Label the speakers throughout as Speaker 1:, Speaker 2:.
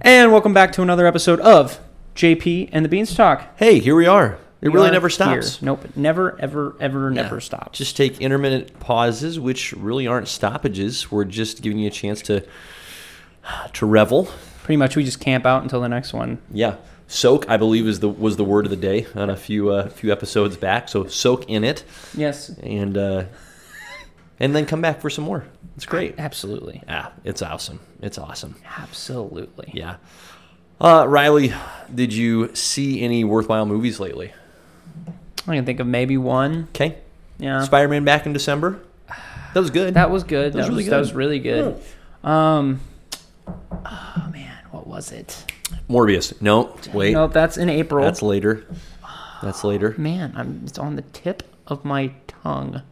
Speaker 1: And welcome back to another episode of JP and the Beanstalk.
Speaker 2: Hey, here we are. It
Speaker 1: We
Speaker 2: really
Speaker 1: are
Speaker 2: never stops.
Speaker 1: here. Nope. Never, ever, ever,
Speaker 2: Yeah.
Speaker 1: never stops.
Speaker 2: Just take intermittent pauses, which really aren't stoppages. We're just giving you a chance to to revel.
Speaker 1: Pretty much, we just camp out until the next one.
Speaker 2: Yeah, soak. I believe is the was the word of the day on a few uh, few episodes back. So soak in it,
Speaker 1: Yes.
Speaker 2: and uh, and then come back for some more. It's great.
Speaker 1: Absolutely.
Speaker 2: Yeah, it's awesome. It's awesome.
Speaker 1: Absolutely.
Speaker 2: Yeah. Uh, Riley, did you see any worthwhile movies lately?
Speaker 1: I can think of maybe one.
Speaker 2: Okay.
Speaker 1: Yeah.
Speaker 2: Spider Man back in December. That was good.
Speaker 1: Uh, that was good.
Speaker 2: That was
Speaker 1: That,
Speaker 2: really
Speaker 1: was, that
Speaker 2: good.
Speaker 1: was really
Speaker 2: Hmm.
Speaker 1: good. Um. Oh man, what was it?
Speaker 2: Morbius. No, wait.
Speaker 1: No, that's in April.
Speaker 2: That's later. That's later.
Speaker 1: man, I'm. It's on the tip of my tongue.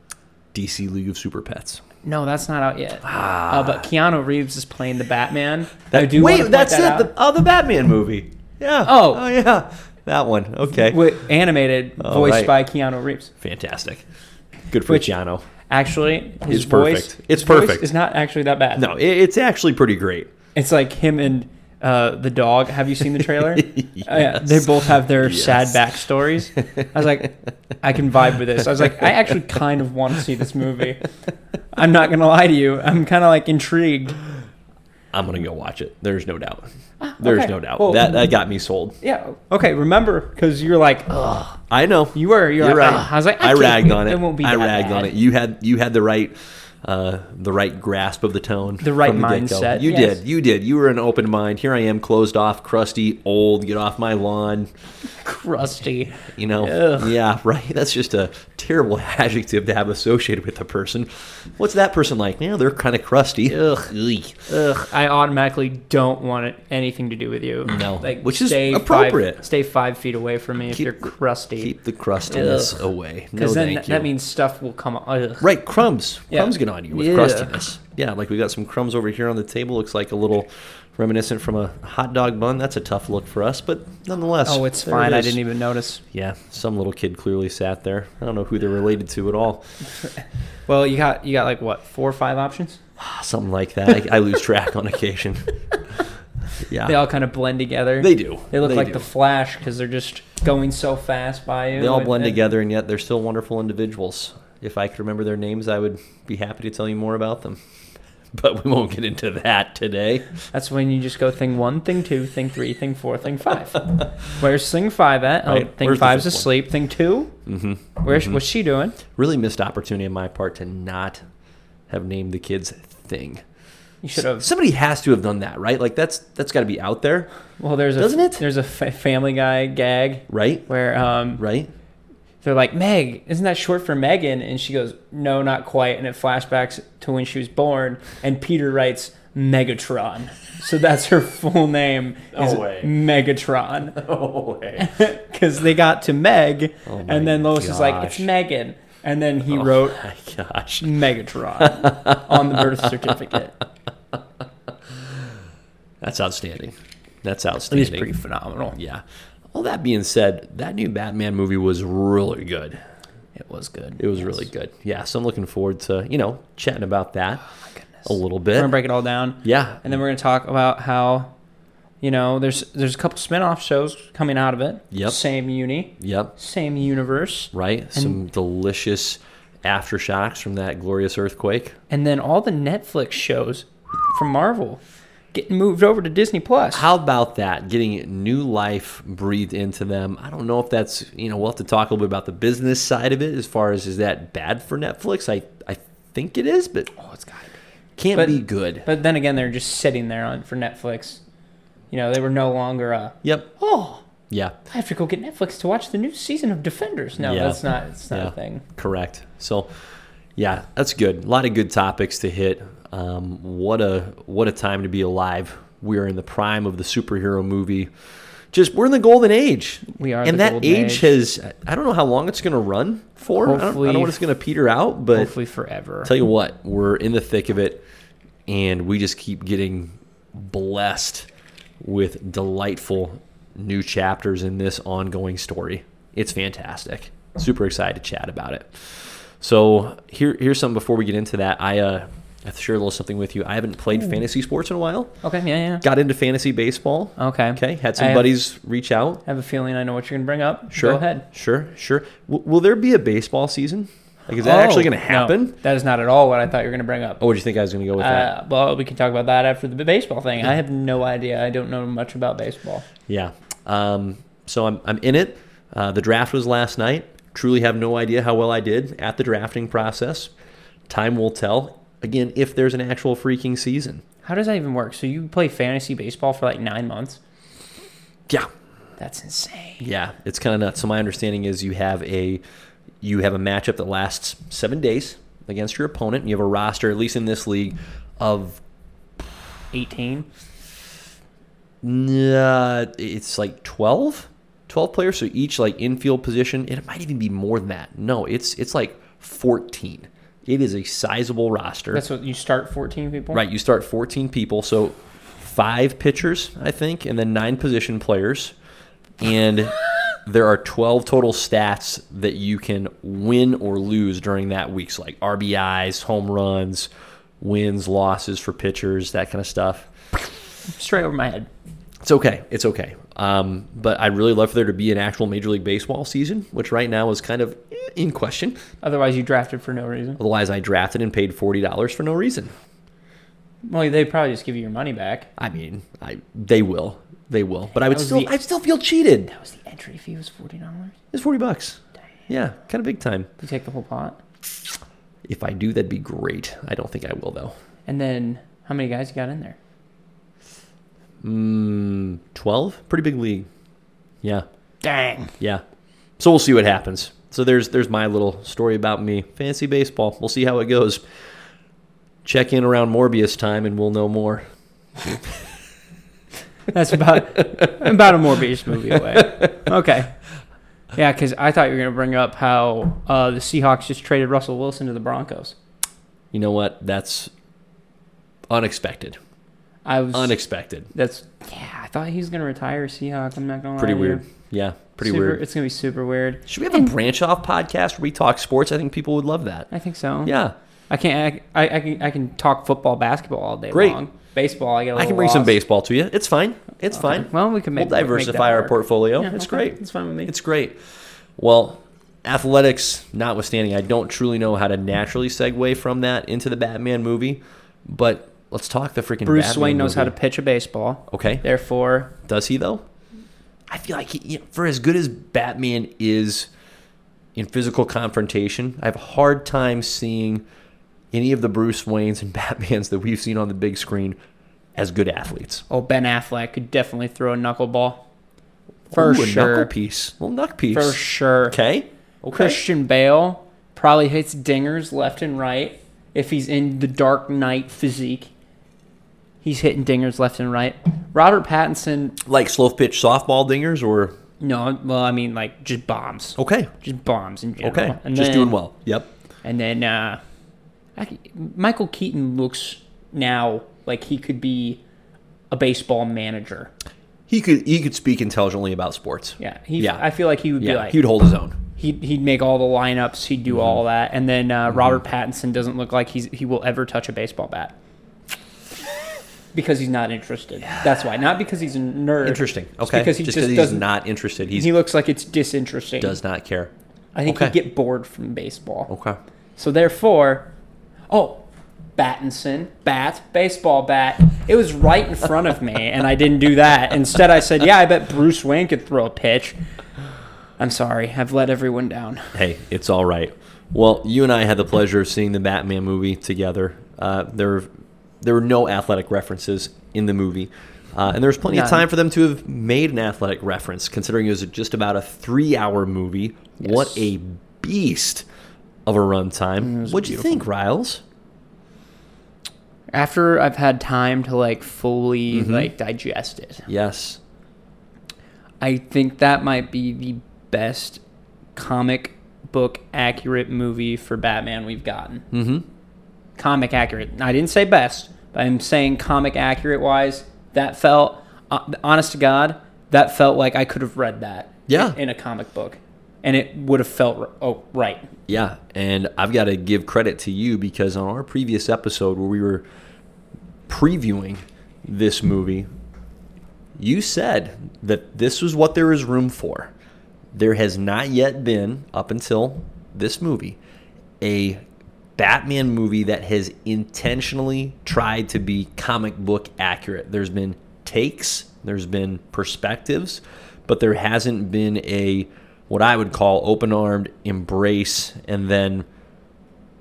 Speaker 2: DC League of Super Pets.
Speaker 1: No, that's not out yet. Uh, but Keanu Reeves is playing the Batman. I
Speaker 2: Ah. That,
Speaker 1: do wanna
Speaker 2: wait,
Speaker 1: point
Speaker 2: that's
Speaker 1: that out.
Speaker 2: it. The, oh, the Batman movie. Yeah.
Speaker 1: Oh.
Speaker 2: Oh, yeah. That one. Okay.
Speaker 1: Wi- animated,
Speaker 2: All
Speaker 1: voiced
Speaker 2: right.
Speaker 1: by Keanu Reeves.
Speaker 2: Fantastic. Good for
Speaker 1: Which-
Speaker 2: Giano.
Speaker 1: Actually, his
Speaker 2: It's
Speaker 1: voice,
Speaker 2: perfect. It's
Speaker 1: his voice
Speaker 2: perfect.
Speaker 1: is not actually that bad.
Speaker 2: No, it, it's actually pretty great.
Speaker 1: it's like him and uh, the dog. Have you seen the trailer? Uh, yeah, they
Speaker 2: Yes.
Speaker 1: both have their
Speaker 2: Yes.
Speaker 1: sad backstories. I was like, I can vibe with this. I was like, I actually kind of want to see this movie. I'm not gonna lie to you. I'm kind of like intrigued.
Speaker 2: I'm going to go watch it. There's no doubt. There's
Speaker 1: Ah, okay.
Speaker 2: no doubt.
Speaker 1: Well-
Speaker 2: that, that got me sold.
Speaker 1: Yeah. Okay. Remember, because you're like, ugh.
Speaker 2: I know.
Speaker 1: You were. You're,
Speaker 2: You're
Speaker 1: like,
Speaker 2: right.
Speaker 1: "Ugh." I was like, I,
Speaker 2: I
Speaker 1: can't-
Speaker 2: ragged on it.
Speaker 1: It won't be.
Speaker 2: I
Speaker 1: that
Speaker 2: ragged
Speaker 1: bad."
Speaker 2: on it. You had you had the right uh, the right grasp of the tone,
Speaker 1: The right
Speaker 2: from get-go.
Speaker 1: mindset,
Speaker 2: You
Speaker 1: yes.
Speaker 2: did. You did. You were an open mind. Here I am, closed off, crusty, old. Get off my lawn.
Speaker 1: Crusty.
Speaker 2: You know.
Speaker 1: Ugh.
Speaker 2: Yeah. Right. That's just a terrible adjective to have associated with a person. What's that person like? Yeah, they're kind of crusty. Ugh.
Speaker 1: Ugh, I automatically don't want it, anything to do with you.
Speaker 2: No,
Speaker 1: like
Speaker 2: which is
Speaker 1: stay Five,
Speaker 2: appropriate.
Speaker 1: stay five feet away from me if
Speaker 2: Keep
Speaker 1: you're
Speaker 2: the-
Speaker 1: crusty,
Speaker 2: Keep the crustiness
Speaker 1: Ugh.
Speaker 2: away. No,
Speaker 1: because then
Speaker 2: thank
Speaker 1: that,
Speaker 2: you.
Speaker 1: that means stuff will come. up. Ugh.
Speaker 2: Right, crumbs.
Speaker 1: Yeah.
Speaker 2: Crumbs get on you with
Speaker 1: Yeah.
Speaker 2: crustiness. Yeah, like we got some crumbs over here on the table. Looks like a little reminiscent from a hot dog bun. That's a tough look for us, but nonetheless.
Speaker 1: Oh, it's
Speaker 2: there
Speaker 1: fine.
Speaker 2: it
Speaker 1: I
Speaker 2: is.
Speaker 1: didn't even notice.
Speaker 2: Yeah, some little kid clearly sat there. I don't know who they're related to at all.
Speaker 1: Well, you got you got like what four or five options.
Speaker 2: Something like that. I, I lose track on occasion. Yeah,
Speaker 1: They all kind of blend together.
Speaker 2: They do.
Speaker 1: They look
Speaker 2: They
Speaker 1: like
Speaker 2: do.
Speaker 1: the Flash because they're just going so fast by you.
Speaker 2: They all
Speaker 1: and-
Speaker 2: blend
Speaker 1: and-
Speaker 2: together, and yet they're still wonderful individuals. If I could remember their names, I would be happy to tell you more about them. But we won't get into that today.
Speaker 1: That's when you just go thing one, thing two, thing three, thing four, thing five. Where's thing five at? Oh,
Speaker 2: Right.
Speaker 1: thing
Speaker 2: Where's the
Speaker 1: five's
Speaker 2: fifth one?
Speaker 1: asleep. Thing 2 Mm-hmm. Where's what's she doing?
Speaker 2: really missed opportunity on my part to not have named the kids thing.
Speaker 1: You should have
Speaker 2: Somebody has to have done that, right? Like that's that's got to be out there,
Speaker 1: Well, there's a,
Speaker 2: Doesn't it?
Speaker 1: There's a fa- Family Guy gag
Speaker 2: right?
Speaker 1: where um,
Speaker 2: Right?
Speaker 1: they're like, "Meg, isn't that short for Megan?" And she goes, "No, not quite." And it flashbacks to when she was born, and Peter writes Megatron, so that's her full name is
Speaker 2: No way.
Speaker 1: Megatron,
Speaker 2: Oh, hey.
Speaker 1: because they got to Meg,
Speaker 2: Oh my
Speaker 1: and then Lois is like,
Speaker 2: gosh. Oh.
Speaker 1: "It's Megan," and then he wrote
Speaker 2: my gosh.
Speaker 1: Megatron on the birth certificate.
Speaker 2: That's outstanding. That's
Speaker 1: It
Speaker 2: outstanding.
Speaker 1: is pretty phenomenal.
Speaker 2: yeah. All that being said, that new Batman movie was really good.
Speaker 1: It was good.
Speaker 2: It was really good. Yeah, so I'm looking forward to, you know, chatting about that
Speaker 1: Oh, goodness.
Speaker 2: a little
Speaker 1: We're gonna
Speaker 2: bit.
Speaker 1: break it all down.
Speaker 2: Yeah.
Speaker 1: and then we're going to talk about how you know there's there's a couple spin-off shows coming out of it
Speaker 2: Yep.
Speaker 1: same uni
Speaker 2: Yep.
Speaker 1: same universe
Speaker 2: Right? Some delicious aftershocks from that glorious earthquake.
Speaker 1: and then all the netflix shows from marvel getting moved over to disney plus
Speaker 2: How about that? Getting new life breathed into them. I don't know if that's you know we'll have to talk a little bit about the business side of it as far as is that bad for Netflix? I I think it is, but
Speaker 1: oh it's got to be
Speaker 2: can't
Speaker 1: But-
Speaker 2: be good.
Speaker 1: but then again they're just sitting there on for netflix you know they were no longer a
Speaker 2: Yep.
Speaker 1: oh
Speaker 2: Yeah.
Speaker 1: i have to go get netflix to watch the new season of defenders no
Speaker 2: Yeah.
Speaker 1: that's not it's not
Speaker 2: Yeah.
Speaker 1: a thing
Speaker 2: Correct. So yeah, that's good. A lot of good topics to hit. Um, what a what a time to be alive. We're in the prime of the superhero movie. Just we're in the golden age.
Speaker 1: We are
Speaker 2: and
Speaker 1: the
Speaker 2: that
Speaker 1: golden
Speaker 2: age,
Speaker 1: age.
Speaker 2: has I don't know how long it's going to run for. I don't, I don't
Speaker 1: Hopefully-
Speaker 2: know what it's going to peter out, but
Speaker 1: hopefully forever
Speaker 2: Tell you what, we're in the thick of it, and we just keep getting blessed with delightful new chapters in this ongoing story. It's fantastic. Super excited to chat about it. So here, here's something before we get into that. I uh, I have to share a little something with you. I haven't played fantasy sports in a while.
Speaker 1: Okay, yeah, yeah.
Speaker 2: Got into fantasy baseball.
Speaker 1: Okay.
Speaker 2: Okay. Had some
Speaker 1: I have-
Speaker 2: buddies reach out.
Speaker 1: I have a feeling I know what you're going to bring up.
Speaker 2: Sure.
Speaker 1: Go ahead.
Speaker 2: Sure. Sure. W- will there be a baseball season? Like, is that actually
Speaker 1: Oh,
Speaker 2: going to happen?
Speaker 1: no, that is not at all what I thought you were going to bring up.
Speaker 2: Oh, what do you think I was going to go with that?
Speaker 1: Uh, well, we can talk about that after the b- baseball thing. I have no idea. I don't know much about baseball.
Speaker 2: Yeah. Um, so I'm, I'm in it. Uh, the draft was last night. Truly have no idea how well I did at the drafting process. Time will tell. Again, if there's an actual freaking season.
Speaker 1: How does that even work? So you play fantasy baseball for like nine months?
Speaker 2: Yeah.
Speaker 1: That's insane.
Speaker 2: Yeah, it's kind of nuts. So my understanding is you have a you have a matchup that lasts seven days against your opponent. And you have a roster, at least in this league, of
Speaker 1: Eighteen.
Speaker 2: uh, it's like 12, 12 players. So each like infield position, and it might even be more than that. No, it's it's like fourteen. It is a sizable roster.
Speaker 1: That's what you start fourteen people.
Speaker 2: Right, you start 14 people, so five pitchers, I think, and then nine position players. And there are 12 total stats that you can win or lose during that week. So, like RBIs, home runs, wins, losses for pitchers, that kind of stuff.
Speaker 1: Straight over my head.
Speaker 2: It's okay. It's okay. Um, but I'd really love for there to be an actual Major League Baseball season, which right now is kind of eh, in question.
Speaker 1: Otherwise, you drafted for no reason.
Speaker 2: Otherwise, I drafted and paid $40 for no reason.
Speaker 1: Well, they probably just give you your money back.
Speaker 2: I mean, I they will, they will. But I would
Speaker 1: That was
Speaker 2: still,
Speaker 1: the-
Speaker 2: I still feel cheated.
Speaker 1: That was the entry fee was forty dollars.
Speaker 2: It's forty bucks. Yeah, kind of big time.
Speaker 1: You take the whole pot,
Speaker 2: If I do, that'd be great. I don't think I will though.
Speaker 1: and then how many guys you got in there?
Speaker 2: Mm, Twelve, pretty big league. Yeah,
Speaker 1: Dang.
Speaker 2: yeah. So we'll see what happens. So there's there's my little story about me, fancy baseball. We'll see how it goes. Check in around Morbius time, and we'll know more.
Speaker 1: That's about about a Morbius movie away. Okay. Yeah, because I thought you were going to bring up how uh, the Seahawks just traded Russell Wilson to the Broncos.
Speaker 2: You know what? That's unexpected.
Speaker 1: I was.
Speaker 2: Unexpected.
Speaker 1: that's yeah. I thought he was going to retire Seahawk. I'm not going to lie.
Speaker 2: Pretty
Speaker 1: to you.
Speaker 2: weird. Yeah, pretty
Speaker 1: Super-
Speaker 2: weird.
Speaker 1: It's going to be super weird.
Speaker 2: Should we have a branch off podcast where we talk sports? I think people would love that.
Speaker 1: I think so.
Speaker 2: Yeah.
Speaker 1: I can't. I, I, I can. I can talk football, basketball all day
Speaker 2: Great.
Speaker 1: long. Baseball. I get. A
Speaker 2: I
Speaker 1: little
Speaker 2: can bring some
Speaker 1: lost.
Speaker 2: baseball to you. It's fine. It's fine.
Speaker 1: Well, we can make
Speaker 2: we'll
Speaker 1: make that
Speaker 2: diversify our
Speaker 1: work.
Speaker 2: portfolio.
Speaker 1: Yeah,
Speaker 2: it's
Speaker 1: okay.
Speaker 2: great.
Speaker 1: It's fine with me.
Speaker 2: It's great. Well, athletics notwithstanding, I don't truly know how to naturally segue from that into the Batman movie, but let's talk the freaking
Speaker 1: Bruce
Speaker 2: Batman
Speaker 1: Wayne knows how to
Speaker 2: movie.
Speaker 1: pitch a baseball.
Speaker 2: Okay.
Speaker 1: Therefore,
Speaker 2: Does he though? I feel like he, you know, for as good as Batman is in physical confrontation, I have a hard time seeing any of the Bruce Waynes and Batmans that we've seen on the big screen as good athletes.
Speaker 1: oh Ben Affleck could definitely throw a knuckleball. For
Speaker 2: Ooh, a
Speaker 1: sure.
Speaker 2: knuckle piece, little knuck piece.
Speaker 1: For sure.
Speaker 2: Okay. Okay.
Speaker 1: Christian Bale probably hits dingers left and right. If he's in the Dark Knight physique, he's hitting dingers left and right. Robert Pattinson,
Speaker 2: Like slow pitch softball dingers, or
Speaker 1: no, well, I mean, like just bombs,
Speaker 2: okay,
Speaker 1: just bombs in general.
Speaker 2: Oh. okay,
Speaker 1: and
Speaker 2: just
Speaker 1: then,
Speaker 2: doing well. Yep.
Speaker 1: And then uh, I c- Michael Keaton looks now like he could be a baseball manager.
Speaker 2: He could he could speak intelligently about sports.
Speaker 1: Yeah, he.
Speaker 2: Yeah.
Speaker 1: I feel like he would
Speaker 2: Yeah,
Speaker 1: be like
Speaker 2: he would hold his own.
Speaker 1: he'd, he'd make all the lineups. He'd do
Speaker 2: Mm-hmm.
Speaker 1: all that, and then uh, Robert Pattinson doesn't look like he's he will ever touch a baseball bat because he's not interested. That's why, not because he's a nerd.
Speaker 2: Interesting.
Speaker 1: It's
Speaker 2: Okay.
Speaker 1: because he
Speaker 2: just
Speaker 1: just,
Speaker 2: 'cause he's
Speaker 1: doesn't.
Speaker 2: not interested. He's,
Speaker 1: he looks like it's disinteresting.
Speaker 2: does not care.
Speaker 1: I think
Speaker 2: okay.
Speaker 1: he'd get bored from baseball.
Speaker 2: Okay.
Speaker 1: So therefore, oh, Battinson, bat, baseball bat. It was right in front of me, and I didn't do that. Instead, I said, "Yeah, I bet Bruce Wayne could throw a pitch." I'm sorry, I've let everyone down.
Speaker 2: Hey, it's all right. Well, you and I had the pleasure of seeing the Batman movie together. Uh, there, there were no athletic references in the movie, uh, and there was plenty of
Speaker 1: None.
Speaker 2: time for them to have made an athletic reference, considering it was just about a three-hour movie. What a beast of a runtime! What'd you think, Riles?
Speaker 1: after I've had time to like fully
Speaker 2: Mm-hmm.
Speaker 1: like digest it,
Speaker 2: Yes,
Speaker 1: I think that might be the best comic book accurate movie for Batman we've gotten.
Speaker 2: Hmm.
Speaker 1: Mm-hmm. Comic accurate. I didn't say best, but I'm saying comic accurate wise. That felt, uh, honest to God, that felt like I could have read that.
Speaker 2: Yeah.
Speaker 1: In a comic book. and it would have felt r- oh right.
Speaker 2: Yeah, and I've got to give credit to you because on our previous episode where we were previewing this movie, you said that this was what there is room for. There has not yet been, up until this movie, a Batman movie that has intentionally tried to be comic book accurate. There's been takes, there's been perspectives, but there hasn't been a what I would call open armed embrace and then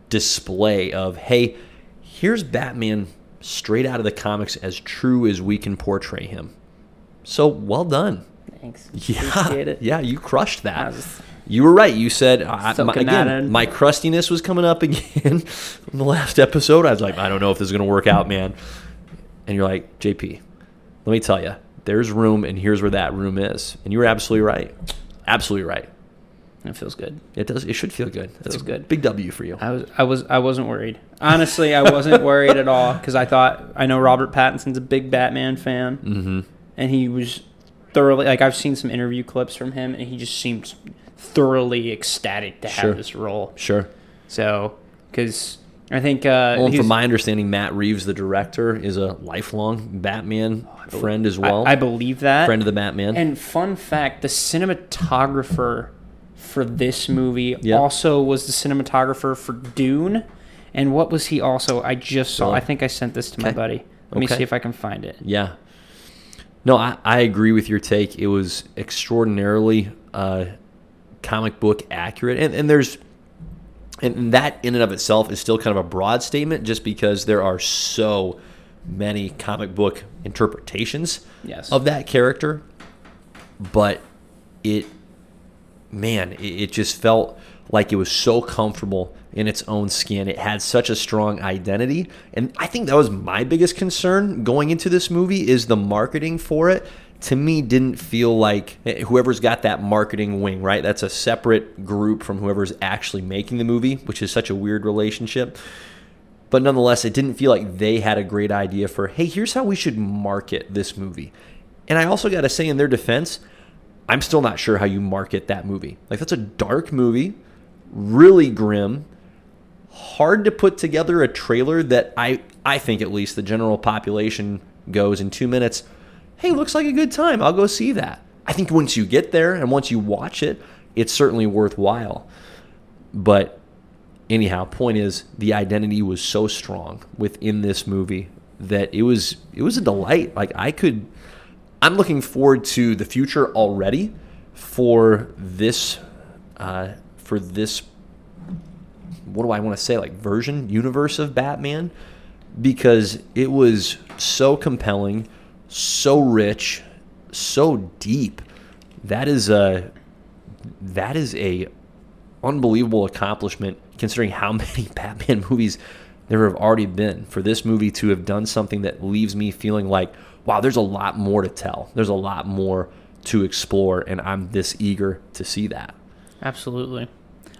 Speaker 2: display of, hey, here's Batman straight out of the comics as true as we can portray him. So well done.
Speaker 1: Thanks.
Speaker 2: Yeah,
Speaker 1: Appreciate it.
Speaker 2: yeah, you crushed
Speaker 1: I
Speaker 2: that.
Speaker 1: was-
Speaker 2: You were right. You said I, my,
Speaker 1: Soaking that
Speaker 2: again,
Speaker 1: in.
Speaker 2: my crustiness was coming up again from the last episode. I was like, I don't know if this is going to work out, man. And you're like, JP, let me tell you, there's room, and here's where that room is. And you were absolutely right. Absolutely right.
Speaker 1: It feels good.
Speaker 2: It does. It should feel good. That's
Speaker 1: Feels
Speaker 2: a
Speaker 1: good.
Speaker 2: Big W for you.
Speaker 1: I was I was I wasn't worried. Honestly, I wasn't worried at all because I thought I know Robert Pattinson's a big Batman fan,
Speaker 2: Mm-hmm.
Speaker 1: and he was thoroughly like I've seen some interview clips from him, and he just seemed thoroughly ecstatic to have
Speaker 2: Sure.
Speaker 1: this role.
Speaker 2: Sure.
Speaker 1: So, because I think uh,
Speaker 2: Well, and
Speaker 1: he's-
Speaker 2: from my understanding, Matt Reeves, the director, is a lifelong Batman friend as
Speaker 1: Oh, I-
Speaker 2: well.
Speaker 1: I, believe that.
Speaker 2: friend of the Batman.
Speaker 1: and fun fact: the cinematographer for this movie
Speaker 2: Yeah.
Speaker 1: also was the cinematographer for Dune, and what was he also? I just saw.
Speaker 2: Well,
Speaker 1: I think I sent this to my
Speaker 2: okay.
Speaker 1: buddy. Let me
Speaker 2: Okay.
Speaker 1: see if I can find it.
Speaker 2: Yeah. No, I, I agree with your take. It was extraordinarily uh, comic book accurate. And, and there's, and that in and of itself is still kind of a broad statement just because there are so many comic book interpretations
Speaker 1: Yes.
Speaker 2: of that character. But it, man, it, it just felt like it was so comfortable in its own skin. It had such a strong identity. And I think that was my biggest concern going into this movie is the marketing for it to me didn't feel like eh, whoever's got that marketing wing, right? That's a separate group from whoever's actually making the movie, which is such a weird relationship. But nonetheless, it didn't feel like they had a great idea for, hey, here's how we should market this movie. And I also got to say, in their defense, I'm still not sure how you market that movie. Like, that's a dark movie, really grim, hard to put together a trailer that I, I think at least the general population goes in two minutes, hey, looks like a good time. I'll go see that. I think once you get there and once you watch it, it's certainly worthwhile. But anyhow point is the identity was so strong within this movie that it was it was a delight like i could i'm looking forward to the future already for this uh, for this what do i want to say like version universe of batman because it was so compelling so rich so deep that is a that is a unbelievable accomplishment considering how many Batman movies there have already been for this movie to have done something that leaves me feeling like wow there's a lot more to tell there's a lot more to explore and I'm this eager to see that
Speaker 1: Absolutely.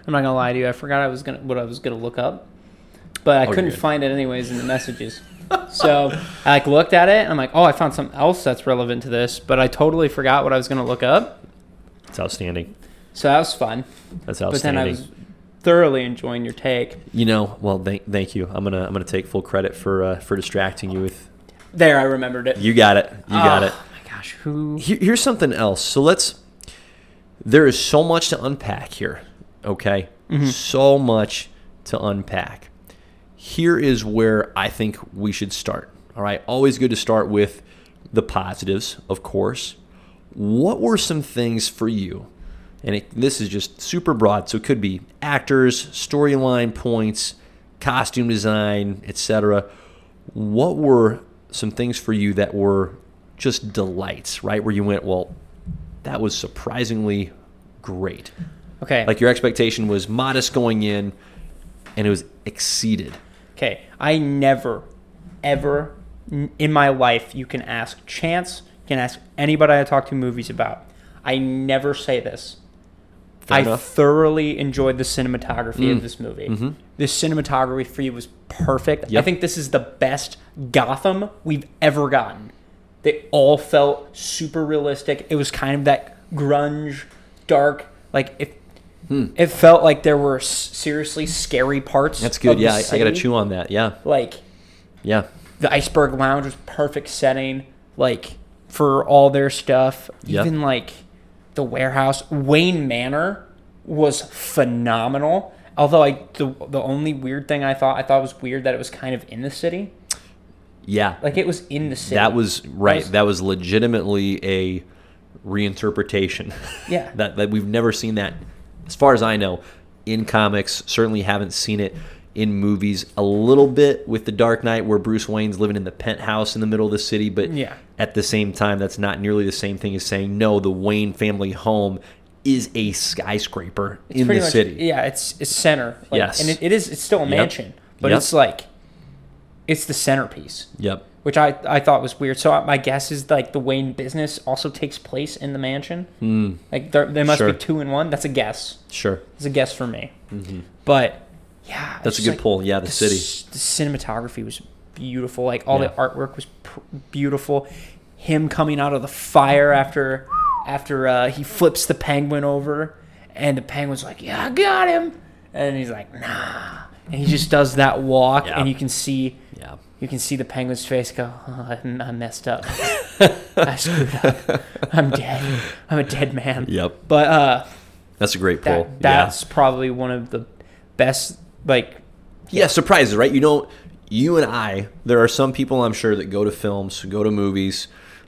Speaker 1: I'm not gonna lie to you. I forgot I was gonna what I was gonna look up, but I
Speaker 2: Oh, you're
Speaker 1: couldn't
Speaker 2: good.
Speaker 1: find it anyways in the messages. so I like looked at it. And I'm like, oh, I found something else that's relevant to this, but I totally forgot what I was gonna look up.
Speaker 2: it's outstanding
Speaker 1: So that was fun.
Speaker 2: that's
Speaker 1: But then
Speaker 2: outstanding
Speaker 1: I was thoroughly enjoying your take.
Speaker 2: you know well thank, thank you I'm going to I'm going to take full credit for uh, for distracting you with
Speaker 1: There, I remembered it.
Speaker 2: you got it you got
Speaker 1: Oh,
Speaker 2: it
Speaker 1: my gosh, who?
Speaker 2: Here, here's something else. So let's. There is so much to unpack here. Okay,
Speaker 1: Mm-hmm.
Speaker 2: so much to unpack. Here is where I think we should start. All right, always good to start with the positives, of course. What were some things for you? And it, this is just super broad, so it could be actors, storyline points, costume design, etc. What were some things for you that were just delights, right? Where you went, well, that was surprisingly great.
Speaker 1: Okay,
Speaker 2: Like your expectation was modest going in, and it was exceeded.
Speaker 1: Okay, I never, ever n- in my life, you can ask Chance, you can ask anybody I talk to movies about. I never say this.
Speaker 2: Fair
Speaker 1: I
Speaker 2: enough. Mm. Mm-hmm.
Speaker 1: thoroughly enjoyed the cinematography of this movie. The cinematography for you was perfect.
Speaker 2: Yep.
Speaker 1: I think this is the best Gotham we've ever gotten. They all felt super realistic. It was kind of that grunge, dark, like if
Speaker 2: Hmm.
Speaker 1: It felt like there were s- seriously scary parts.
Speaker 2: That's good.
Speaker 1: of the
Speaker 2: Yeah, I, I got to
Speaker 1: city.
Speaker 2: chew on that. Yeah,
Speaker 1: Like
Speaker 2: yeah.
Speaker 1: the iceberg lounge was perfect setting like for all their stuff
Speaker 2: Yep.
Speaker 1: even like the warehouse wayne manor was phenomenal although i the, the only weird thing i thought i thought was weird that it was kind of in the city
Speaker 2: Yeah.
Speaker 1: like it was in the city
Speaker 2: that was right.
Speaker 1: was-
Speaker 2: that was legitimately a reinterpretation.
Speaker 1: Yeah.
Speaker 2: that that we've never seen that, as far as I know, in comics. Certainly haven't seen it in movies. A little bit with the Dark Knight, where Bruce Wayne's living in the penthouse in the middle of the city, but
Speaker 1: Yeah.
Speaker 2: at the same time, that's not nearly the same thing as saying no. The Wayne family home is a skyscraper in the
Speaker 1: pretty much-
Speaker 2: city.
Speaker 1: yeah it's it's center like,
Speaker 2: Yes.
Speaker 1: and it, it is it's still a mansion but
Speaker 2: Yep.
Speaker 1: it's like it's the centerpiece
Speaker 2: Yep.
Speaker 1: which I, I thought was weird. So my guess is like the Wayne business also takes place in the mansion. Mm. Like there, there must
Speaker 2: Hmm. Sure.
Speaker 1: be two in one. That's a guess.
Speaker 2: Sure.
Speaker 1: It's a guess for me. But yeah, it's
Speaker 2: Mm-hmm. That's a
Speaker 1: just,
Speaker 2: good
Speaker 1: like,
Speaker 2: pull. Yeah, the,
Speaker 1: the
Speaker 2: city.
Speaker 1: c- The cinematography was beautiful. Like all the
Speaker 2: Yeah.
Speaker 1: artwork was pr- beautiful. Him coming out of the fire after after uh, he flips the penguin over, and the penguin's like, "Yeah, I got him," and he's like, "Nah," and he just does that walk,
Speaker 2: Yeah.
Speaker 1: and you can see
Speaker 2: Yeah.
Speaker 1: you can see the penguin's face go, oh, I, I messed up. I screwed up. I'm dead. I'm a dead man.
Speaker 2: Yep.
Speaker 1: But uh,
Speaker 2: That's a great
Speaker 1: that,
Speaker 2: pull. yeah.
Speaker 1: that's probably one of the best, like,
Speaker 2: yeah, surprises, right? You don't. You and I. There are some people I'm sure that go to films, go to movies.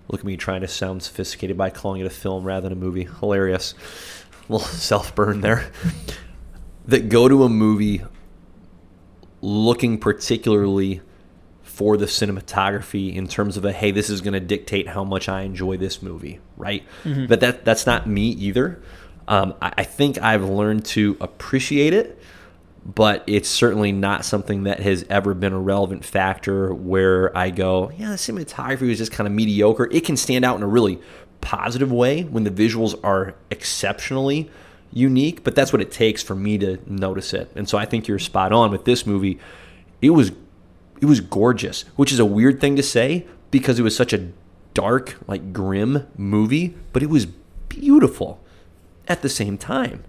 Speaker 2: Look at me trying to sound sophisticated by calling it a film rather than a movie. Hilarious. little self burn there. that go to a movie looking particularly for the cinematography in terms of a hey this is going to dictate how much i enjoy this movie right
Speaker 1: Mm-hmm.
Speaker 2: but that that's not me either um, I, I think i've learned to appreciate it but it's certainly not something that has ever been a relevant factor where I go, yeah, the cinematography was just kind of mediocre. It can stand out in a really positive way when the visuals are exceptionally unique, but that's what it takes for me to notice it. And so I think you're spot on with this movie. It was it was gorgeous, which is a weird thing to say because it was such a dark, like grim movie, but it was beautiful at the same time.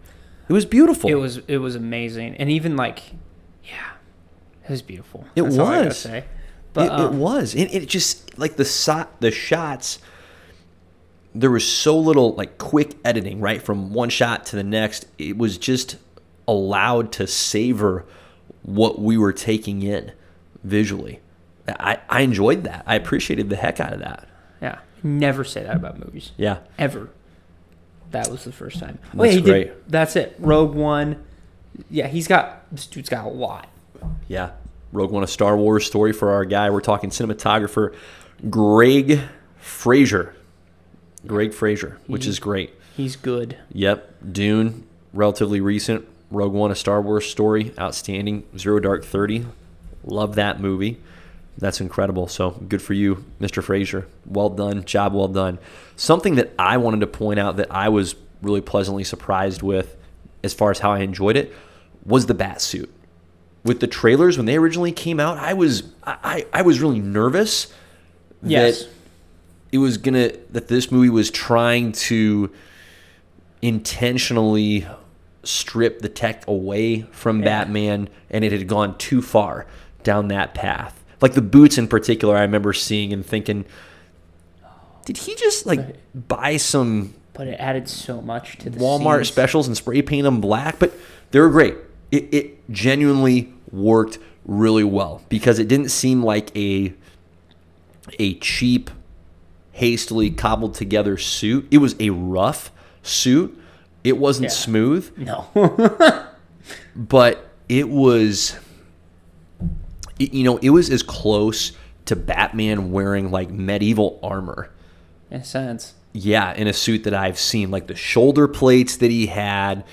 Speaker 2: It was beautiful.
Speaker 1: it was it was amazing. And even, like, yeah, it was beautiful.
Speaker 2: It
Speaker 1: That's all I gotta
Speaker 2: was.
Speaker 1: say. But,
Speaker 2: it, it
Speaker 1: um,
Speaker 2: was. It, it just like the so- the shots. There was so little like quick editing, right, from one shot to the next. It was just allowed to savor what we were taking in visually. I, I enjoyed that. I appreciated the heck out of that.
Speaker 1: yeah, never say that about movies.
Speaker 2: Yeah.
Speaker 1: Ever. That was the first time. Oh,
Speaker 2: That's
Speaker 1: yeah, he did-
Speaker 2: great.
Speaker 1: that's it. Rogue One. Yeah, he's got, this dude's got a lot.
Speaker 2: Yeah. Rogue One, a Star Wars story for our guy. We're talking cinematographer Greg Fraser. Greg Fraser, which is great.
Speaker 1: He's good.
Speaker 2: Yep. Dune, relatively recent. Rogue One, a Star Wars story, outstanding. Zero Dark Thirty, love that movie. That's incredible. So good for you, Mr. Fraser. Well done, job well done. Something that I wanted to point out that I was really pleasantly surprised with, as far as how I enjoyed it, was the bat suit. With the trailers when they originally came out, I was I, I I was really nervous
Speaker 1: Yes.
Speaker 2: that it was gonna that this movie was trying to intentionally strip the tech away from Batman and it had gone too far down that path. Like the boots in particular, I remember seeing and thinking, did he just like buy some
Speaker 1: but it added so much to the
Speaker 2: Walmart
Speaker 1: scenes.
Speaker 2: specials and spray paint them black, but they were great. It, it genuinely worked really well because it didn't seem like a a cheap, hastily cobbled together suit. It was a rough suit. It wasn't
Speaker 1: Yeah.
Speaker 2: smooth
Speaker 1: No,
Speaker 2: but it was y- you know it was as close to batman wearing like medieval armor
Speaker 1: in a sense.
Speaker 2: yeah in a suit that i've seen like the shoulder plates that he had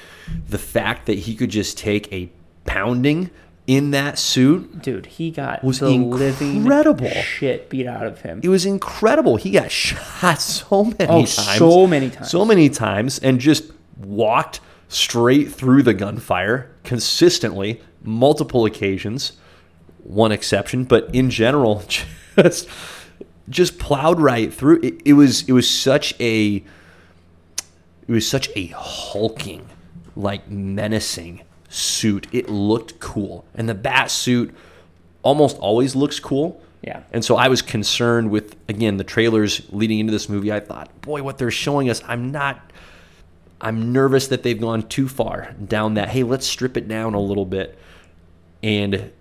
Speaker 2: the fact that he could just take a pounding in that suit
Speaker 1: Dude, he got
Speaker 2: Was
Speaker 1: the
Speaker 2: incredible.
Speaker 1: living shit beat out of him.
Speaker 2: it was incredible he got shot so many
Speaker 1: Oh,
Speaker 2: times
Speaker 1: so many times.
Speaker 2: so many times and just walked straight through the gunfire consistently multiple occasions one exception but in general just just plowed right through it, it was it was such a it was such a hulking like menacing suit. It looked cool. And the bat suit almost always looks cool.
Speaker 1: Yeah.
Speaker 2: And so I was concerned with again the trailers leading into this movie. I thought, boy, what they're showing us, I'm not I'm nervous that they've gone too far down that, hey, let's strip it down a little bit. And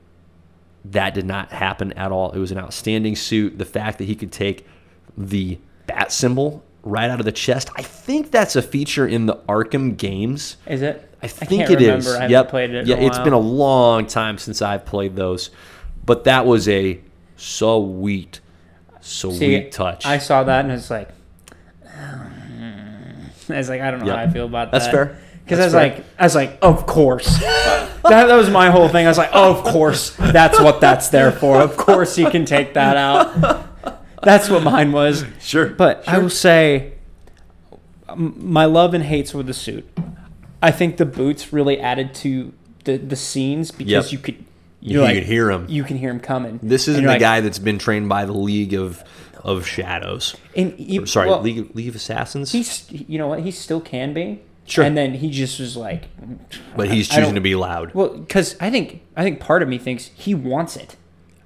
Speaker 2: that did not happen at all. It was an outstanding suit. The fact that he could take the bat symbol right out of the chest, I think that's a feature in the Arkham games.
Speaker 1: Is it?
Speaker 2: I think
Speaker 1: can't
Speaker 2: it is.
Speaker 1: remember. I haven't
Speaker 2: yep.
Speaker 1: played it. in
Speaker 2: yeah,
Speaker 1: a
Speaker 2: it's been a
Speaker 1: while.
Speaker 2: long time since I've played those, but that was a sweet, sweet
Speaker 1: See,
Speaker 2: touch.
Speaker 1: I saw that and it's like, I was like, I don't know
Speaker 2: Yep.
Speaker 1: how I feel about
Speaker 2: That's
Speaker 1: that.
Speaker 2: fair.
Speaker 1: Because I was
Speaker 2: That's fair.
Speaker 1: like, I was like, of course. that, that was my whole thing. I was like, oh, of course. That's what that's there for. Of course, you can take that out. That's what mine was.
Speaker 2: sure,
Speaker 1: But I will say, m- my love and hates with the suit. I think the boots really added to the, the scenes because
Speaker 2: Yep.
Speaker 1: you could
Speaker 2: you,
Speaker 1: you're like,
Speaker 2: could hear him.
Speaker 1: You can hear him coming.
Speaker 2: this
Speaker 1: And
Speaker 2: isn't the
Speaker 1: you're like-
Speaker 2: guy that's been trained by the League of of Shadows.
Speaker 1: And you,
Speaker 2: Sorry,
Speaker 1: well,
Speaker 2: League, of- League of Assassins.
Speaker 1: he's you know what he still can be.
Speaker 2: Sure.
Speaker 1: And then he just was like,
Speaker 2: but he's
Speaker 1: I don't-
Speaker 2: choosing to be loud.
Speaker 1: well, because I think I think part of me thinks he wants it.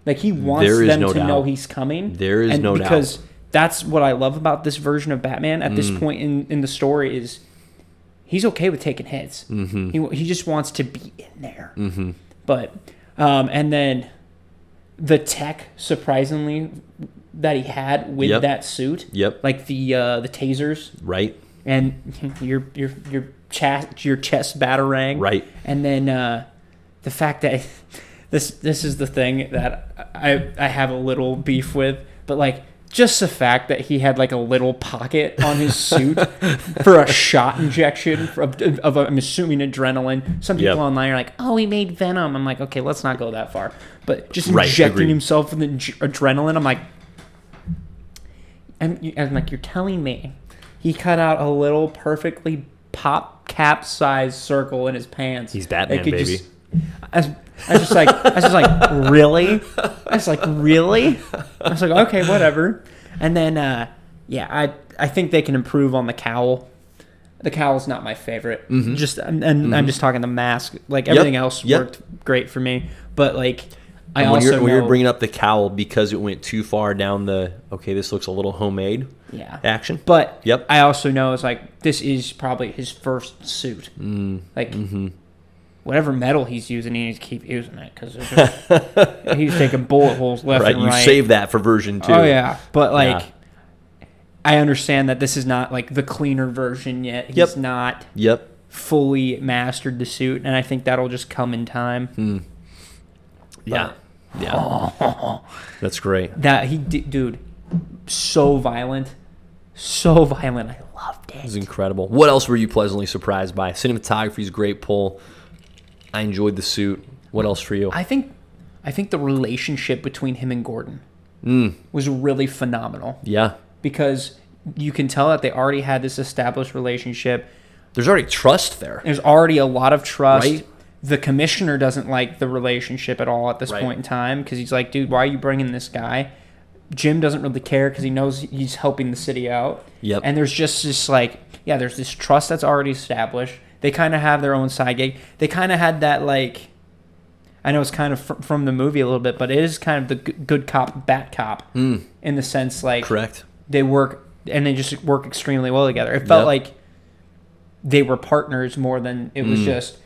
Speaker 1: Like he wants
Speaker 2: There is
Speaker 1: them
Speaker 2: no
Speaker 1: to
Speaker 2: doubt.
Speaker 1: know he's coming.
Speaker 2: There is
Speaker 1: and
Speaker 2: no doubt.
Speaker 1: because that's what I love about this version of Batman at
Speaker 2: Mm.
Speaker 1: this point in, in the story is he's okay with taking hits. Mm-hmm. He he just wants to be in there. Mm-hmm. But um, and then the tech surprisingly that he had with
Speaker 2: Yep.
Speaker 1: that suit.
Speaker 2: Yep.
Speaker 1: Like the uh, the tasers
Speaker 2: right.
Speaker 1: and your your your chest your chest batarang.
Speaker 2: Right.
Speaker 1: And then uh, the fact that this this is the thing that I I have a little beef with, but like just the fact that he had like a little pocket on his suit for a shot injection of, of I'm assuming adrenaline. Some people
Speaker 2: Yep.
Speaker 1: online are like, "Oh, he made Venom." I'm like, "Okay, let's not go that far." But just
Speaker 2: Right,
Speaker 1: injecting
Speaker 2: agreed.
Speaker 1: himself with in- adrenaline, I'm like, I'm, you- I'm like, you're telling me he cut out a little perfectly pop cap sized circle in his pants.
Speaker 2: He's
Speaker 1: that
Speaker 2: Batman,
Speaker 1: could
Speaker 2: baby.
Speaker 1: Just, I was, I was just like, I was just like, really? I was like, really? I was like, okay, whatever. And then, uh, yeah, I I think they can improve on the cowl. The cowl's not my favorite. Just and, and I'm just talking the mask. Like everything else
Speaker 2: Mm-hmm. yep.
Speaker 1: worked great for me, but like I
Speaker 2: And when
Speaker 1: also
Speaker 2: you're, when
Speaker 1: know-
Speaker 2: you're bringing up the cowl because it went too far down the okay, this looks a little homemade
Speaker 1: yeah
Speaker 2: action.
Speaker 1: But
Speaker 2: Yep.
Speaker 1: I also know it's like this is probably his first suit.
Speaker 2: Mm.
Speaker 1: Like
Speaker 2: Mm-hmm.
Speaker 1: whatever metal he's using, he needs to keep using it because he's taking bullet holes left
Speaker 2: right,
Speaker 1: and
Speaker 2: you
Speaker 1: right.
Speaker 2: save that for version two.
Speaker 1: oh yeah, but like
Speaker 2: Yeah.
Speaker 1: I understand that this is not like the cleaner version yet. He's
Speaker 2: Yep.
Speaker 1: not
Speaker 2: Yep.
Speaker 1: fully mastered the suit, and I think that'll just come in time.
Speaker 2: Hmm. Yeah. Yeah. That's great.
Speaker 1: That he, d- dude, so violent, so violent. I loved it.
Speaker 2: It was incredible. What else were you pleasantly surprised by? Cinematography's great pull. I enjoyed the suit. What else for you?
Speaker 1: I think I think the relationship between him and Gordon was really phenomenal
Speaker 2: yeah.
Speaker 1: because you can tell that they already had this established relationship.
Speaker 2: There's already trust there.
Speaker 1: There's already a lot of trust.
Speaker 2: Right.
Speaker 1: The commissioner doesn't like the relationship at all at this
Speaker 2: Right.
Speaker 1: point in time because he's like, dude, why are you bringing this guy? Jim doesn't really care because he knows he's helping the city out.
Speaker 2: Yep.
Speaker 1: And there's just this like, yeah, there's this trust that's already established. They kind of have their own side gig. They kind of had that like, I know it's kind of fr- from the movie a little bit, but it is kind of the g- good cop, bad cop
Speaker 2: Hmm.
Speaker 1: in the sense like
Speaker 2: Correct.
Speaker 1: they work and they just work extremely well together. It felt
Speaker 2: Yep.
Speaker 1: like they were partners more than it
Speaker 2: Mm.
Speaker 1: was just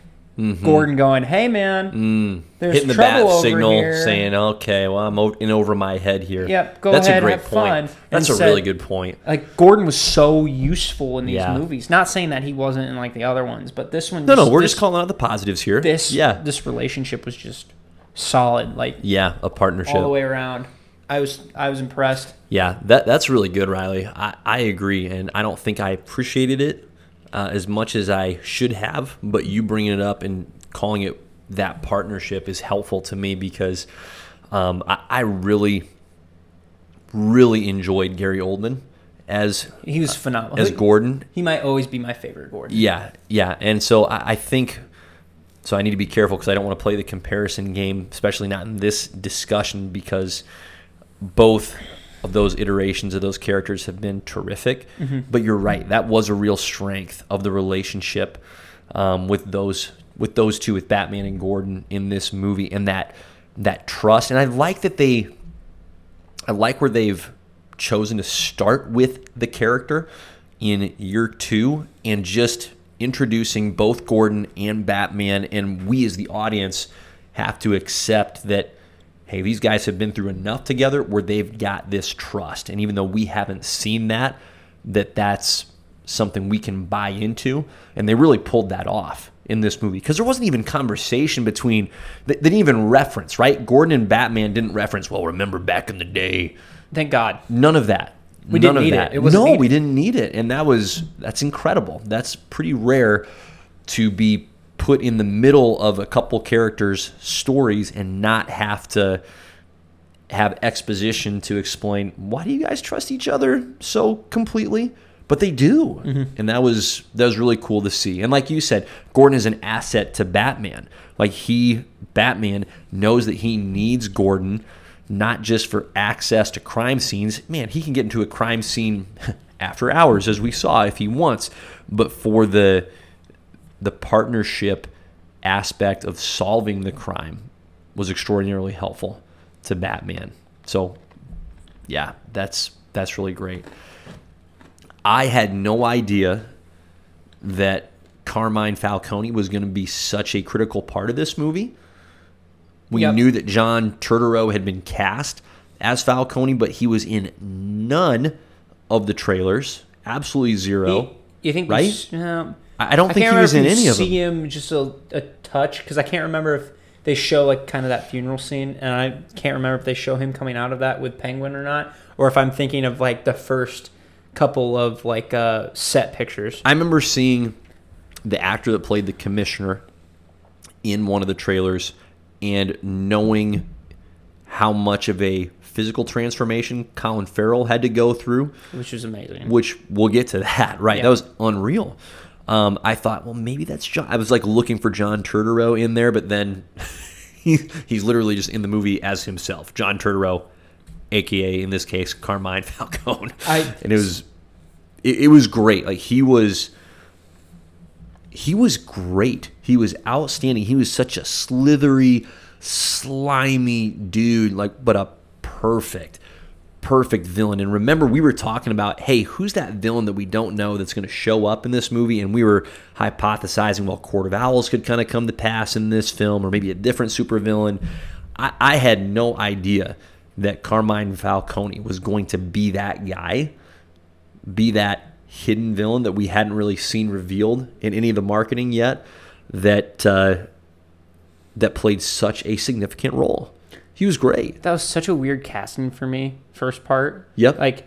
Speaker 1: Gordon going, "Hey man, there's
Speaker 2: Mm-hmm. Hitting the
Speaker 1: trouble
Speaker 2: bat
Speaker 1: over
Speaker 2: signal,
Speaker 1: here."
Speaker 2: saying, "Okay, well, I'm o- in over my head here."
Speaker 1: Yep, go
Speaker 2: That's
Speaker 1: ahead,
Speaker 2: a great
Speaker 1: have fun,
Speaker 2: point.
Speaker 1: and
Speaker 2: That's a
Speaker 1: said-
Speaker 2: really good point.
Speaker 1: Like Gordon was so useful in these
Speaker 2: Yeah.
Speaker 1: movies. Not saying that he wasn't in like the other ones, but this one.
Speaker 2: No, no, we're
Speaker 1: this,
Speaker 2: just calling out the positives here.
Speaker 1: this.
Speaker 2: yeah,
Speaker 1: this relationship was just solid, like
Speaker 2: yeah, a partnership.
Speaker 1: all the way around. I was I was impressed.
Speaker 2: Yeah, that that's really good, Riley. I, I agree, and I don't think I appreciated it uh, as much as I should have. But you bringing it up and calling it that partnership is helpful to me because um, I, I really, really enjoyed Gary Oldman as
Speaker 1: He was phenomenal.
Speaker 2: Uh, as Gordon,
Speaker 1: he might always be my favorite Gordon.
Speaker 2: yeah, yeah. And so I, I think so. I need to be careful because I don't want to play the comparison game, especially not in this discussion, because both of those iterations of those characters have been terrific. But you're right; that was a real strength of the relationship. um, with those with those two, with Batman and Gordon in this movie, and that that trust. And I like that they, I like where they've chosen to start with the character in year two and just introducing both Gordon and Batman, and we as the audience have to accept that hey, these guys have been through enough together where they've got this trust. And even though we haven't seen that, that that's something we can buy into. And they really pulled that off in this movie because there wasn't even conversation between, they didn't even reference, right? Gordon and Batman didn't reference, well, remember back in the day.
Speaker 1: Thank God.
Speaker 2: None of that.
Speaker 1: We
Speaker 2: None
Speaker 1: didn't
Speaker 2: of
Speaker 1: need it.
Speaker 2: that.
Speaker 1: It wasn't
Speaker 2: no,
Speaker 1: needed.
Speaker 2: we didn't need it. And that was, that's incredible. That's pretty rare to be put in the middle of a couple characters' stories and not have to have exposition to explain why do you guys trust each other so completely but they do and that was that was really cool to see and like you said gordon is an asset to batman like he batman knows that he needs gordon not just for access to crime scenes man he can get into a crime scene after hours as we saw if he wants but for the the partnership aspect of solving the crime was extraordinarily helpful to Batman. So yeah, that's that's really great. I had no idea that Carmine Falcone was going to be such a critical part of this movie. We
Speaker 1: Yep.
Speaker 2: knew that John Turturro had been cast as Falcone, but he was in none of the trailers. Absolutely zero.
Speaker 1: you think? we
Speaker 2: Right?
Speaker 1: s- no.
Speaker 2: I I don't
Speaker 1: I
Speaker 2: think
Speaker 1: can't
Speaker 2: he was in
Speaker 1: remember if
Speaker 2: any
Speaker 1: you
Speaker 2: of them.
Speaker 1: see him just a, a touch because I can't remember if they show like kind of that funeral scene, and I can't remember if they show him coming out of that with Penguin or not, or if I'm thinking of like the first couple of like uh, set pictures.
Speaker 2: I remember seeing the actor that played the commissioner in one of the trailers and knowing how much of a physical transformation Colin Farrell had to go through,
Speaker 1: which was amazing.
Speaker 2: which we'll get to that, right?
Speaker 1: Yeah.
Speaker 2: That was unreal. Um, I thought, well, maybe that's John. I was like looking for John Turturro in there, but then he, he's literally just in the movie as himself, John Turturro, aka in this case Carmine Falcone.
Speaker 1: I-
Speaker 2: and it was it, it was great. Like he was he was great. He was outstanding. He was such a slithery, slimy dude, like but a perfect, perfect villain. And remember we were talking about, hey, who's that villain that we don't know that's gonna show up in this movie? And we were hypothesizing, well, Court of Owls could kind of come to pass in this film, or maybe a different supervillain. I, I had no idea that Carmine Falcone was going to be that guy be that hidden villain that we hadn't really seen revealed in any of the marketing yet that uh, that played such a significant role. He was great.
Speaker 1: that was such a weird casting for me first part
Speaker 2: Yep.
Speaker 1: like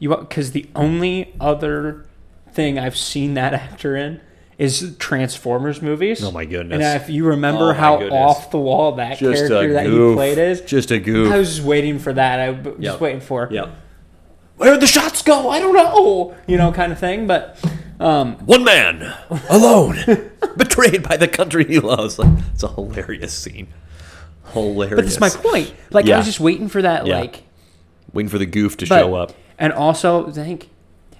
Speaker 1: you because the only other thing i've seen that actor in is transformers movies
Speaker 2: Oh, my goodness.
Speaker 1: and if you
Speaker 2: Oh,
Speaker 1: remember
Speaker 2: my
Speaker 1: how
Speaker 2: goodness.
Speaker 1: off the wall that character that he played is
Speaker 2: Just a
Speaker 1: i
Speaker 2: goof.
Speaker 1: was just waiting for that i was
Speaker 2: Yep.
Speaker 1: just waiting for
Speaker 2: Yep.
Speaker 1: where the shots go i don't know you know kind of thing but um
Speaker 2: One man alone, betrayed by the country he loves. Like, it's a hilarious scene. Hilarious.
Speaker 1: but that's my point like
Speaker 2: Yeah.
Speaker 1: i was just waiting for that
Speaker 2: Yeah.
Speaker 1: like
Speaker 2: Waiting for the goof to
Speaker 1: But-
Speaker 2: show up.
Speaker 1: And also, I think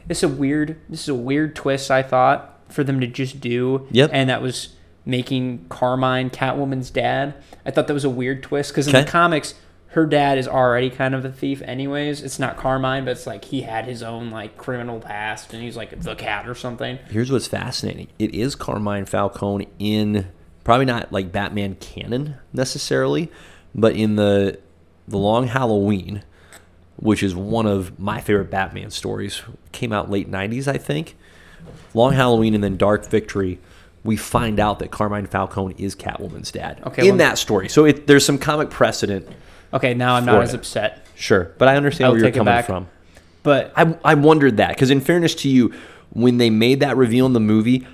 Speaker 1: this is a weird this is a weird twist. I thought for them to just do.
Speaker 2: Yep.
Speaker 1: And that was making Carmine Catwoman's dad. I thought that was a weird twist because in
Speaker 2: Okay.
Speaker 1: the comics, her dad is already kind of a thief. Anyways, it's not Carmine, but it's like he had his own like criminal past, and he's like the cat or something.
Speaker 2: Here's what's fascinating. It is Carmine Falcone in probably not like Batman canon necessarily, but in the the Long Halloween, which is one of my favorite Batman stories, came out late '90s, I think. Long Halloween and then Dark Victory, we find out that Carmine Falcone is Catwoman's dad
Speaker 1: Okay,
Speaker 2: in
Speaker 1: well-
Speaker 2: that story. So it, there's some comic precedent,
Speaker 1: Okay, now I'm
Speaker 2: For
Speaker 1: not
Speaker 2: it.
Speaker 1: as upset.
Speaker 2: sure, but I understand
Speaker 1: I'll
Speaker 2: where you're
Speaker 1: take it
Speaker 2: coming
Speaker 1: back.
Speaker 2: from.
Speaker 1: But
Speaker 2: I, I wondered that because in fairness to you, when they made that reveal in the movie,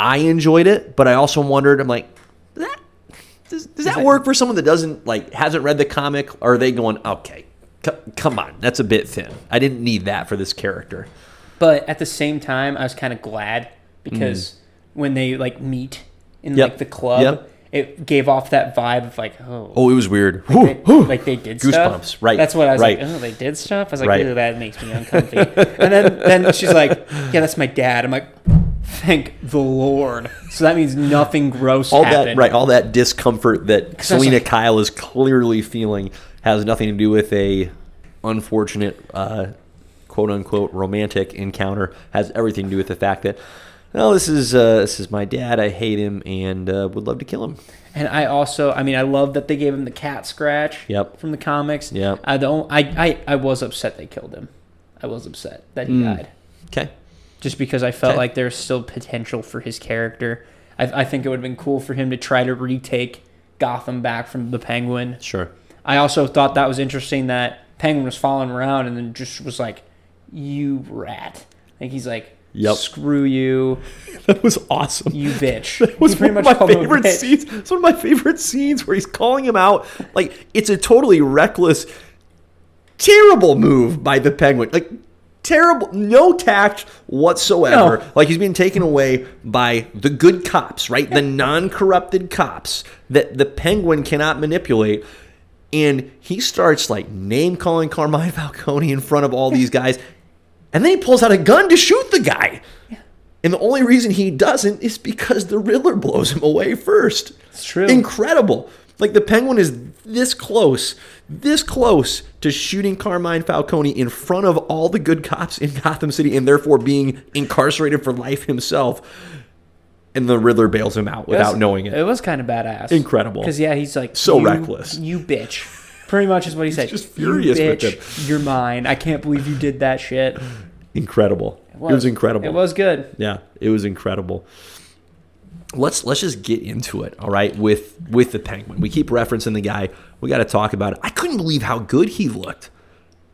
Speaker 2: I enjoyed it, but I also wondered. I'm like, does that does, does that work for someone that doesn't like hasn't read the comic? Or are they going okay? C- come on, that's a bit thin. I didn't need that for this character.
Speaker 1: But at the same time, I was kind of glad because when they like meet in
Speaker 2: Mm. Yep.
Speaker 1: like the club,
Speaker 2: Yep.
Speaker 1: it gave off that vibe of like, oh,
Speaker 2: Oh, it was weird.
Speaker 1: they, like they did
Speaker 2: Goosebumps,
Speaker 1: stuff.
Speaker 2: right,
Speaker 1: That's what I was
Speaker 2: right.
Speaker 1: like. Oh, they did stuff. I was like,
Speaker 2: Right.
Speaker 1: ooh, that makes me uncomfy. and then then she's like, yeah, that's my dad. I'm like, thank the Lord. So that means nothing gross
Speaker 2: all
Speaker 1: happened.
Speaker 2: that right all that discomfort that
Speaker 1: that's
Speaker 2: selena
Speaker 1: like-
Speaker 2: kyle is clearly feeling has nothing to do with a unfortunate uh, quote unquote romantic encounter has everything to do with the fact that no this is uh, this is my dad i hate him and uh, would love to kill him
Speaker 1: And I also, I mean, I love that they gave him the cat scratch.
Speaker 2: Yep.
Speaker 1: From the comics.
Speaker 2: Yep.
Speaker 1: I don't. I I, I was upset they killed him. I was upset that he
Speaker 2: Mm.
Speaker 1: died.
Speaker 2: okay
Speaker 1: Just because I felt
Speaker 2: Okay.
Speaker 1: like there's still potential for his character. I, I think it would have been cool for him to try to retake Gotham back from the Penguin.
Speaker 2: sure
Speaker 1: I also thought that was interesting that Penguin was following him around and then just was like, "You rat!" Like he's like,
Speaker 2: Yep.
Speaker 1: "Screw you,
Speaker 2: that was awesome
Speaker 1: you bitch."
Speaker 2: That was
Speaker 1: He pretty
Speaker 2: one
Speaker 1: much
Speaker 2: of my
Speaker 1: called him a
Speaker 2: favorite
Speaker 1: bitch.
Speaker 2: scenes. It's one of my favorite scenes where he's calling him out. Like it's a totally reckless, terrible move by the penguin. Like terrible, no tact whatsoever.
Speaker 1: No.
Speaker 2: Like he's being taken away by the good cops, right? The non-corrupted cops that the penguin cannot manipulate. And he starts like name calling Carmine Falcone in front of all these guys, and then he pulls out a gun to shoot the guy. And the only reason he doesn't is because the Riddler blows him away first. It's
Speaker 1: true.
Speaker 2: Incredible. Like the Penguin is this close, this close to shooting Carmine Falcone in front of all the good cops in Gotham City and therefore being incarcerated for life himself. And the Riddler bails him out without
Speaker 1: was-
Speaker 2: knowing it.
Speaker 1: It was kind of badass.
Speaker 2: Incredible.
Speaker 1: Because yeah, he's like
Speaker 2: So
Speaker 1: "You-
Speaker 2: reckless."
Speaker 1: You bitch. Pretty much is what he said.
Speaker 2: just furious
Speaker 1: you
Speaker 2: with
Speaker 1: bitch, You're mine. I can't believe you did that shit.
Speaker 2: Incredible. It was, incredible.
Speaker 1: It was good.
Speaker 2: Yeah, it was incredible. Let's let's just get into it, all right? With with the penguin, we keep referencing the guy. We got to talk about it. I couldn't believe how good he looked.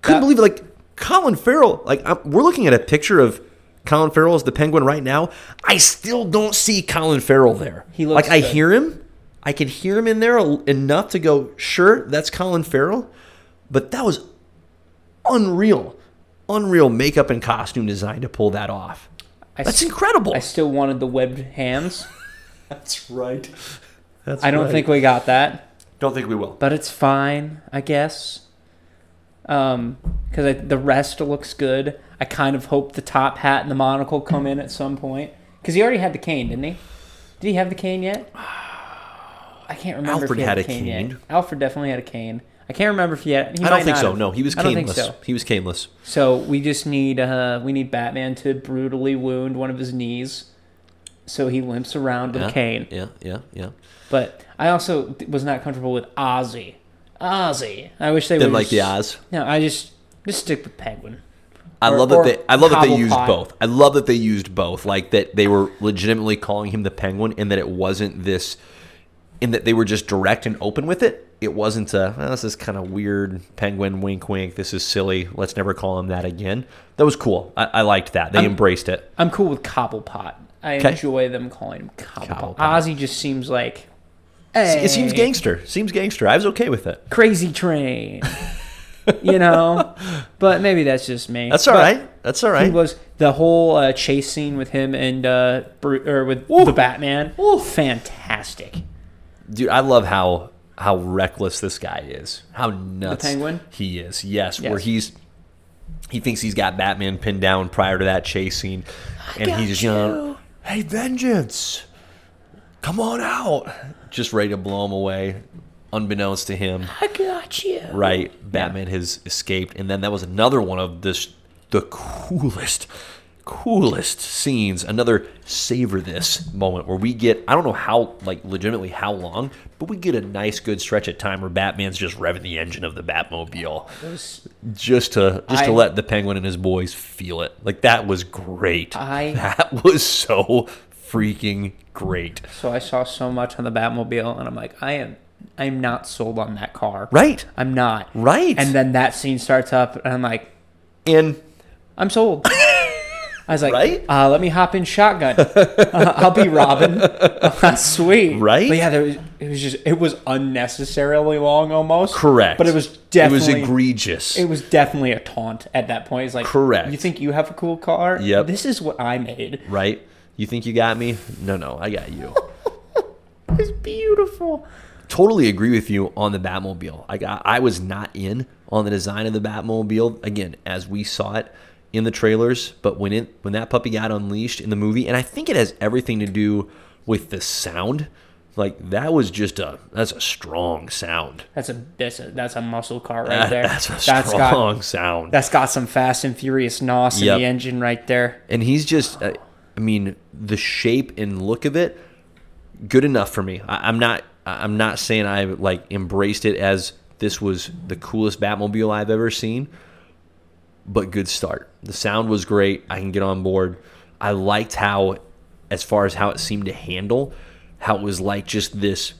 Speaker 2: Couldn't
Speaker 1: That-
Speaker 2: believe like Colin Farrell. Like i we're looking at a picture of Colin Farrell as the penguin right now. I still don't see Colin Farrell there.
Speaker 1: He looks
Speaker 2: like I
Speaker 1: good.
Speaker 2: hear him. I can hear him in there el- enough to go, sure, that's Colin Farrell. But that was unreal, unreal makeup and costume design to pull that off.
Speaker 1: I s-
Speaker 2: That's incredible.
Speaker 1: I still wanted the webbed hands.
Speaker 2: That's right. That's
Speaker 1: I don't
Speaker 2: right.
Speaker 1: think we got that.
Speaker 2: don't think we will.
Speaker 1: but it's fine, I guess. Um, because the rest looks good. I kind of hope the top hat and the monocle come in at some point. Because he already had the cane, didn't he? Did he have the cane yet? I can't remember. if
Speaker 2: Alfred
Speaker 1: he had,
Speaker 2: had
Speaker 1: a
Speaker 2: a
Speaker 1: cane,
Speaker 2: cane.
Speaker 1: yet. Alfred definitely had a cane. I can't remember if he had. He
Speaker 2: I
Speaker 1: might
Speaker 2: don't think
Speaker 1: not
Speaker 2: so.
Speaker 1: have.
Speaker 2: No, he was
Speaker 1: I don't think
Speaker 2: caneless.
Speaker 1: so.
Speaker 2: He was caneless.
Speaker 1: So we just need uh we need Batman to brutally wound one of his knees, so he limps around with
Speaker 2: Yeah,
Speaker 1: a cane.
Speaker 2: Yeah, yeah, yeah.
Speaker 1: But I also th- was not comfortable with Ozzy. Ozzy. I wish they
Speaker 2: Then
Speaker 1: would
Speaker 2: like the
Speaker 1: just-
Speaker 2: Oz.
Speaker 1: No, I just just stick with Penguin.
Speaker 2: I
Speaker 1: Or-
Speaker 2: love that
Speaker 1: or
Speaker 2: they. I love that they used
Speaker 1: Cobblepot.
Speaker 2: both. I love that they used both. Like that they were legitimately calling him the Penguin, and that it wasn't this, and that they were just direct and open with it. It wasn't a "Well, this is kind of weird Penguin wink wink. This is silly. Let's never call him that again. That was cool. I, I liked that. They embraced it.
Speaker 1: I'm cool with Cobblepot. I
Speaker 2: 'Kay.
Speaker 1: enjoy them calling him Cobblepot.
Speaker 2: Cobblepot.
Speaker 1: Ozzy just seems like
Speaker 2: It seems
Speaker 1: "Hey,
Speaker 2: gangster. Seems gangster. I was okay with it.
Speaker 1: Crazy train. you know, but maybe that's just me.
Speaker 2: That's all
Speaker 1: But
Speaker 2: right. That's all
Speaker 1: He
Speaker 2: right.
Speaker 1: was the whole uh, chase scene with him and uh, Bru- or with the Batman. Fantastic.
Speaker 2: dude i love how how reckless this guy is how nuts
Speaker 1: Penguin?
Speaker 2: he is yes, where
Speaker 1: Yes.
Speaker 2: he's he thinks he's got batman pinned down prior to that chase scene and he's just yelling hey vengeance come on out just ready to blow him away unbeknownst to him
Speaker 1: I got you.
Speaker 2: right batman has escaped and then that was another one of this the coolest coolest scenes another savor this moment where we get i don't know how like legitimately how long but we get a nice good stretch of time where batman's just revving the engine of the batmobile just to just to
Speaker 1: I-
Speaker 2: let the penguin and his boys feel it like that was great
Speaker 1: I-
Speaker 2: that was so freaking great
Speaker 1: So I saw so much on the Batmobile, and I'm like, I am, I'm not sold on that car.
Speaker 2: right
Speaker 1: I'm not.
Speaker 2: right
Speaker 1: And then that scene starts up, and I'm like,
Speaker 2: and
Speaker 1: I'm sold. I was like,
Speaker 2: Right?
Speaker 1: uh, let me hop in shotgun. Uh, I'll be Robin. Sweet.
Speaker 2: Right?
Speaker 1: But yeah, there was, it was just, it was unnecessarily long almost.
Speaker 2: correct
Speaker 1: But it was
Speaker 2: it was
Speaker 1: definitely, it was,
Speaker 2: egregious
Speaker 1: definitely a taunt at that point. It's like,
Speaker 2: Correct.
Speaker 1: You think you have a cool car?
Speaker 2: Yep.
Speaker 1: This is what I made.
Speaker 2: right? You think you got me? No, no, I got you.
Speaker 1: It's beautiful.
Speaker 2: totally agree with you on the Batmobile. I got, I was not in on the design of the Batmobile again as we saw it. in the trailers, but when it when that puppy got unleashed in the movie, and I think it has everything to do with the sound. Like that was just a that's a strong sound.
Speaker 1: That's a that's a that's a muscle car right
Speaker 2: That-
Speaker 1: there.
Speaker 2: that's a
Speaker 1: got
Speaker 2: strong sound.
Speaker 1: that's got some fast and furious nos in
Speaker 2: Yep.
Speaker 1: the engine right there.
Speaker 2: and he's just uh, i mean the shape and look of it good enough for me I, i'm not I- i'm not saying i like embraced it as this was the coolest batmobile i've ever seen but good start the sound was great i can get on board i liked how as far as how it seemed to handle how it was like just this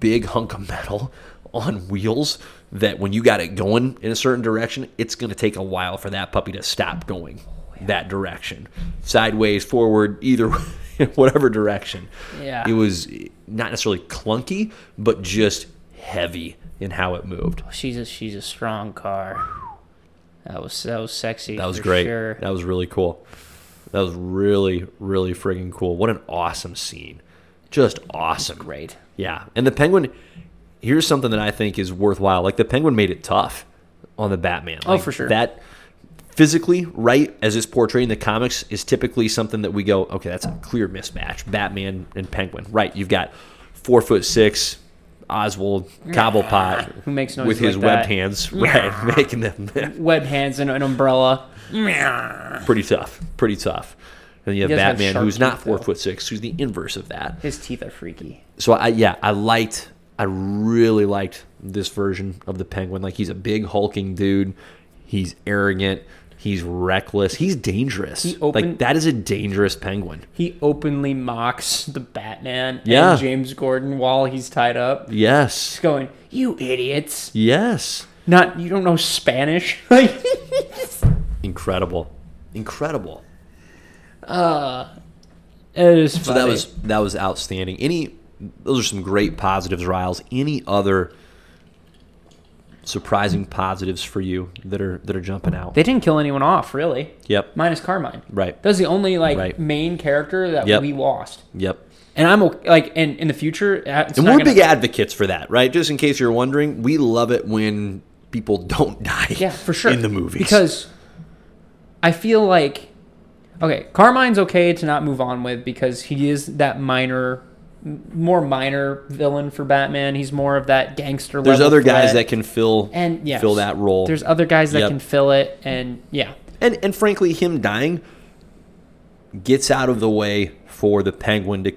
Speaker 2: big hunk of metal on wheels that when you got it going in a certain direction it's going to take a while for that puppy to stop going that direction sideways forward either whatever direction
Speaker 1: Yeah.
Speaker 2: it was not necessarily clunky but just heavy in how it moved
Speaker 1: She's a she's a strong car. That was that was sexy.
Speaker 2: That was
Speaker 1: for
Speaker 2: great.
Speaker 1: Sure.
Speaker 2: That was really cool. That was really, really friggin' cool. What an awesome scene. Just awesome.
Speaker 1: Great.
Speaker 2: Yeah. And the penguin here's something that I think is worthwhile. Like the penguin made it tough on the Batman.
Speaker 1: Oh,
Speaker 2: Like,
Speaker 1: for sure.
Speaker 2: That physically right as it's portrayed in the comics is typically something that we go, okay, that's a clear mismatch. Batman and Penguin. Right. You've got four foot six Oswald Cobblepot
Speaker 1: Who makes noise
Speaker 2: with his
Speaker 1: like
Speaker 2: webbed
Speaker 1: that?
Speaker 2: hands. Right. Making them
Speaker 1: Web hands and an umbrella.
Speaker 2: pretty tough, pretty tough. And you have
Speaker 1: He does have
Speaker 2: Batman,
Speaker 1: sharp
Speaker 2: who's not
Speaker 1: teeth,
Speaker 2: four
Speaker 1: though.
Speaker 2: foot six, who's the inverse of that.
Speaker 1: His teeth are freaky.
Speaker 2: So I, yeah, I liked, I really liked this version of the Penguin. Like he's a big hulking dude. He's arrogant. He's reckless. He's dangerous. like
Speaker 1: opened-
Speaker 2: that is a dangerous Penguin.
Speaker 1: He openly mocks the Batman
Speaker 2: Yeah.
Speaker 1: and James Gordon while he's tied up.
Speaker 2: Yes,
Speaker 1: He's going, "You idiots!
Speaker 2: yes,
Speaker 1: Not you don't know Spanish." Like,
Speaker 2: incredible, incredible.
Speaker 1: it is funny.
Speaker 2: So that was that was outstanding. Any those are some great positives, Riles. Any other surprising positives for you that are that are jumping out?
Speaker 1: they didn't kill anyone off really.
Speaker 2: Yep.
Speaker 1: Minus Carmine.
Speaker 2: Right.
Speaker 1: That was the only like
Speaker 2: Right.
Speaker 1: main character that
Speaker 2: Yep.
Speaker 1: we lost.
Speaker 2: Yep.
Speaker 1: And I'm okay, like, and in the future, it's
Speaker 2: And
Speaker 1: not
Speaker 2: we're
Speaker 1: gonna-
Speaker 2: big advocates for that, right? Just in case you're wondering, we love it when people don't die.
Speaker 1: Yeah, for sure.
Speaker 2: In the movies,
Speaker 1: Because I feel like okay, Carmine's okay to not move on with because he is that minor m- more minor villain for Batman. He's more of that gangster
Speaker 2: there's
Speaker 1: level
Speaker 2: other guys
Speaker 1: threat.
Speaker 2: that can fill
Speaker 1: and yes,
Speaker 2: fill that role.
Speaker 1: There's other guys that
Speaker 2: Yep.
Speaker 1: can fill it and yeah.
Speaker 2: and and frankly, him dying gets out of the way for the Penguin to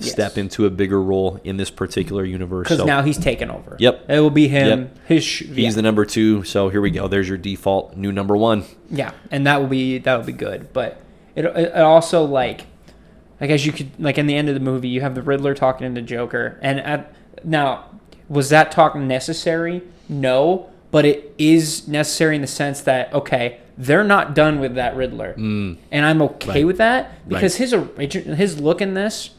Speaker 1: Yes.
Speaker 2: step into a bigger role in this particular universe.
Speaker 1: Cuz
Speaker 2: So-
Speaker 1: now he's taken over.
Speaker 2: Yep.
Speaker 1: It will be him.
Speaker 2: Yep.
Speaker 1: His sh-
Speaker 2: He's
Speaker 1: yeah.
Speaker 2: the number two, so here we go. There's your default new number one.
Speaker 1: Yeah, and that will be that will be good. But it it also like like as you could like in the end of the movie, you have the Riddler talking to the Joker, and at, now was that talk necessary? No, but it is necessary in the sense that okay, they're not done with that Riddler, mm. and I'm okay
Speaker 2: Hmm. Right.
Speaker 1: with that because
Speaker 2: Right.
Speaker 1: his origin, his look in this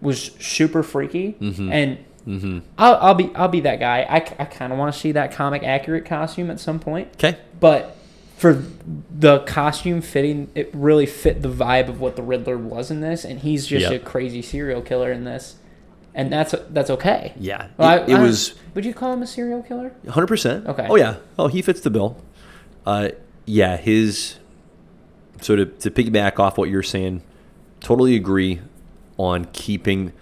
Speaker 1: was super freaky
Speaker 2: Mm-hmm.
Speaker 1: and. I'll, I'll be I'll be that guy. I, kind of want to see that comic accurate costume at some point
Speaker 2: Okay.
Speaker 1: but for the costume fitting, it really fit the vibe of what the Riddler was in this, and he's just
Speaker 2: Yep.
Speaker 1: a crazy serial killer in this, and that's that's okay.
Speaker 2: Yeah.
Speaker 1: Well, I-
Speaker 2: it it
Speaker 1: I-
Speaker 2: was
Speaker 1: Would you call him a serial killer?
Speaker 2: 100%.
Speaker 1: Okay.
Speaker 2: Oh, yeah. Oh, he fits the bill. Uh, yeah, his. So to, to piggyback off what you're saying, totally agree on keeping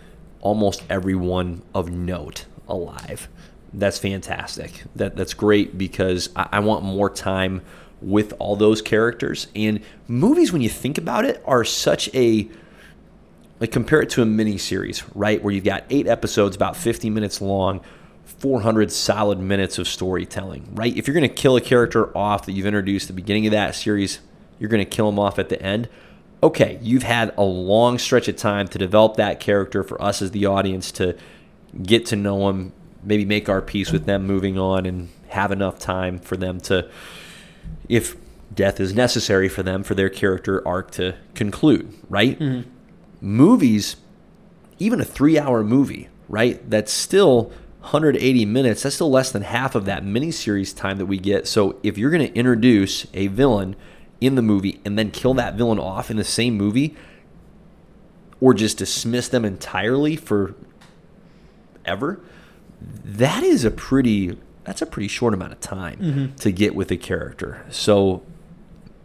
Speaker 2: almost everyone of note alive. That's fantastic. That that's great because I, I want more time with all those characters. And movies, when you think about it, are such a like compare it to a mini series, right? Where you've got eight episodes, about 50 minutes long, 400 solid minutes of storytelling, right? If you're going to kill a character off that you've introduced at the beginning of that series, you're going to kill them off at the end. Okay, you've had a long stretch of time to develop that character for us as the audience to get to know them, maybe make our peace with them moving on, and have enough time for them to if death is necessary for them for their character arc to conclude, right? Movies, even a three hour movie, right? That's still 180 minutes. That's still less than half of that miniseries time that we get. So if you're going to introduce a villain in the movie and then kill that villain off in the same movie, or just dismiss them entirely for ever that is a pretty that's a pretty short amount of time to get with a character so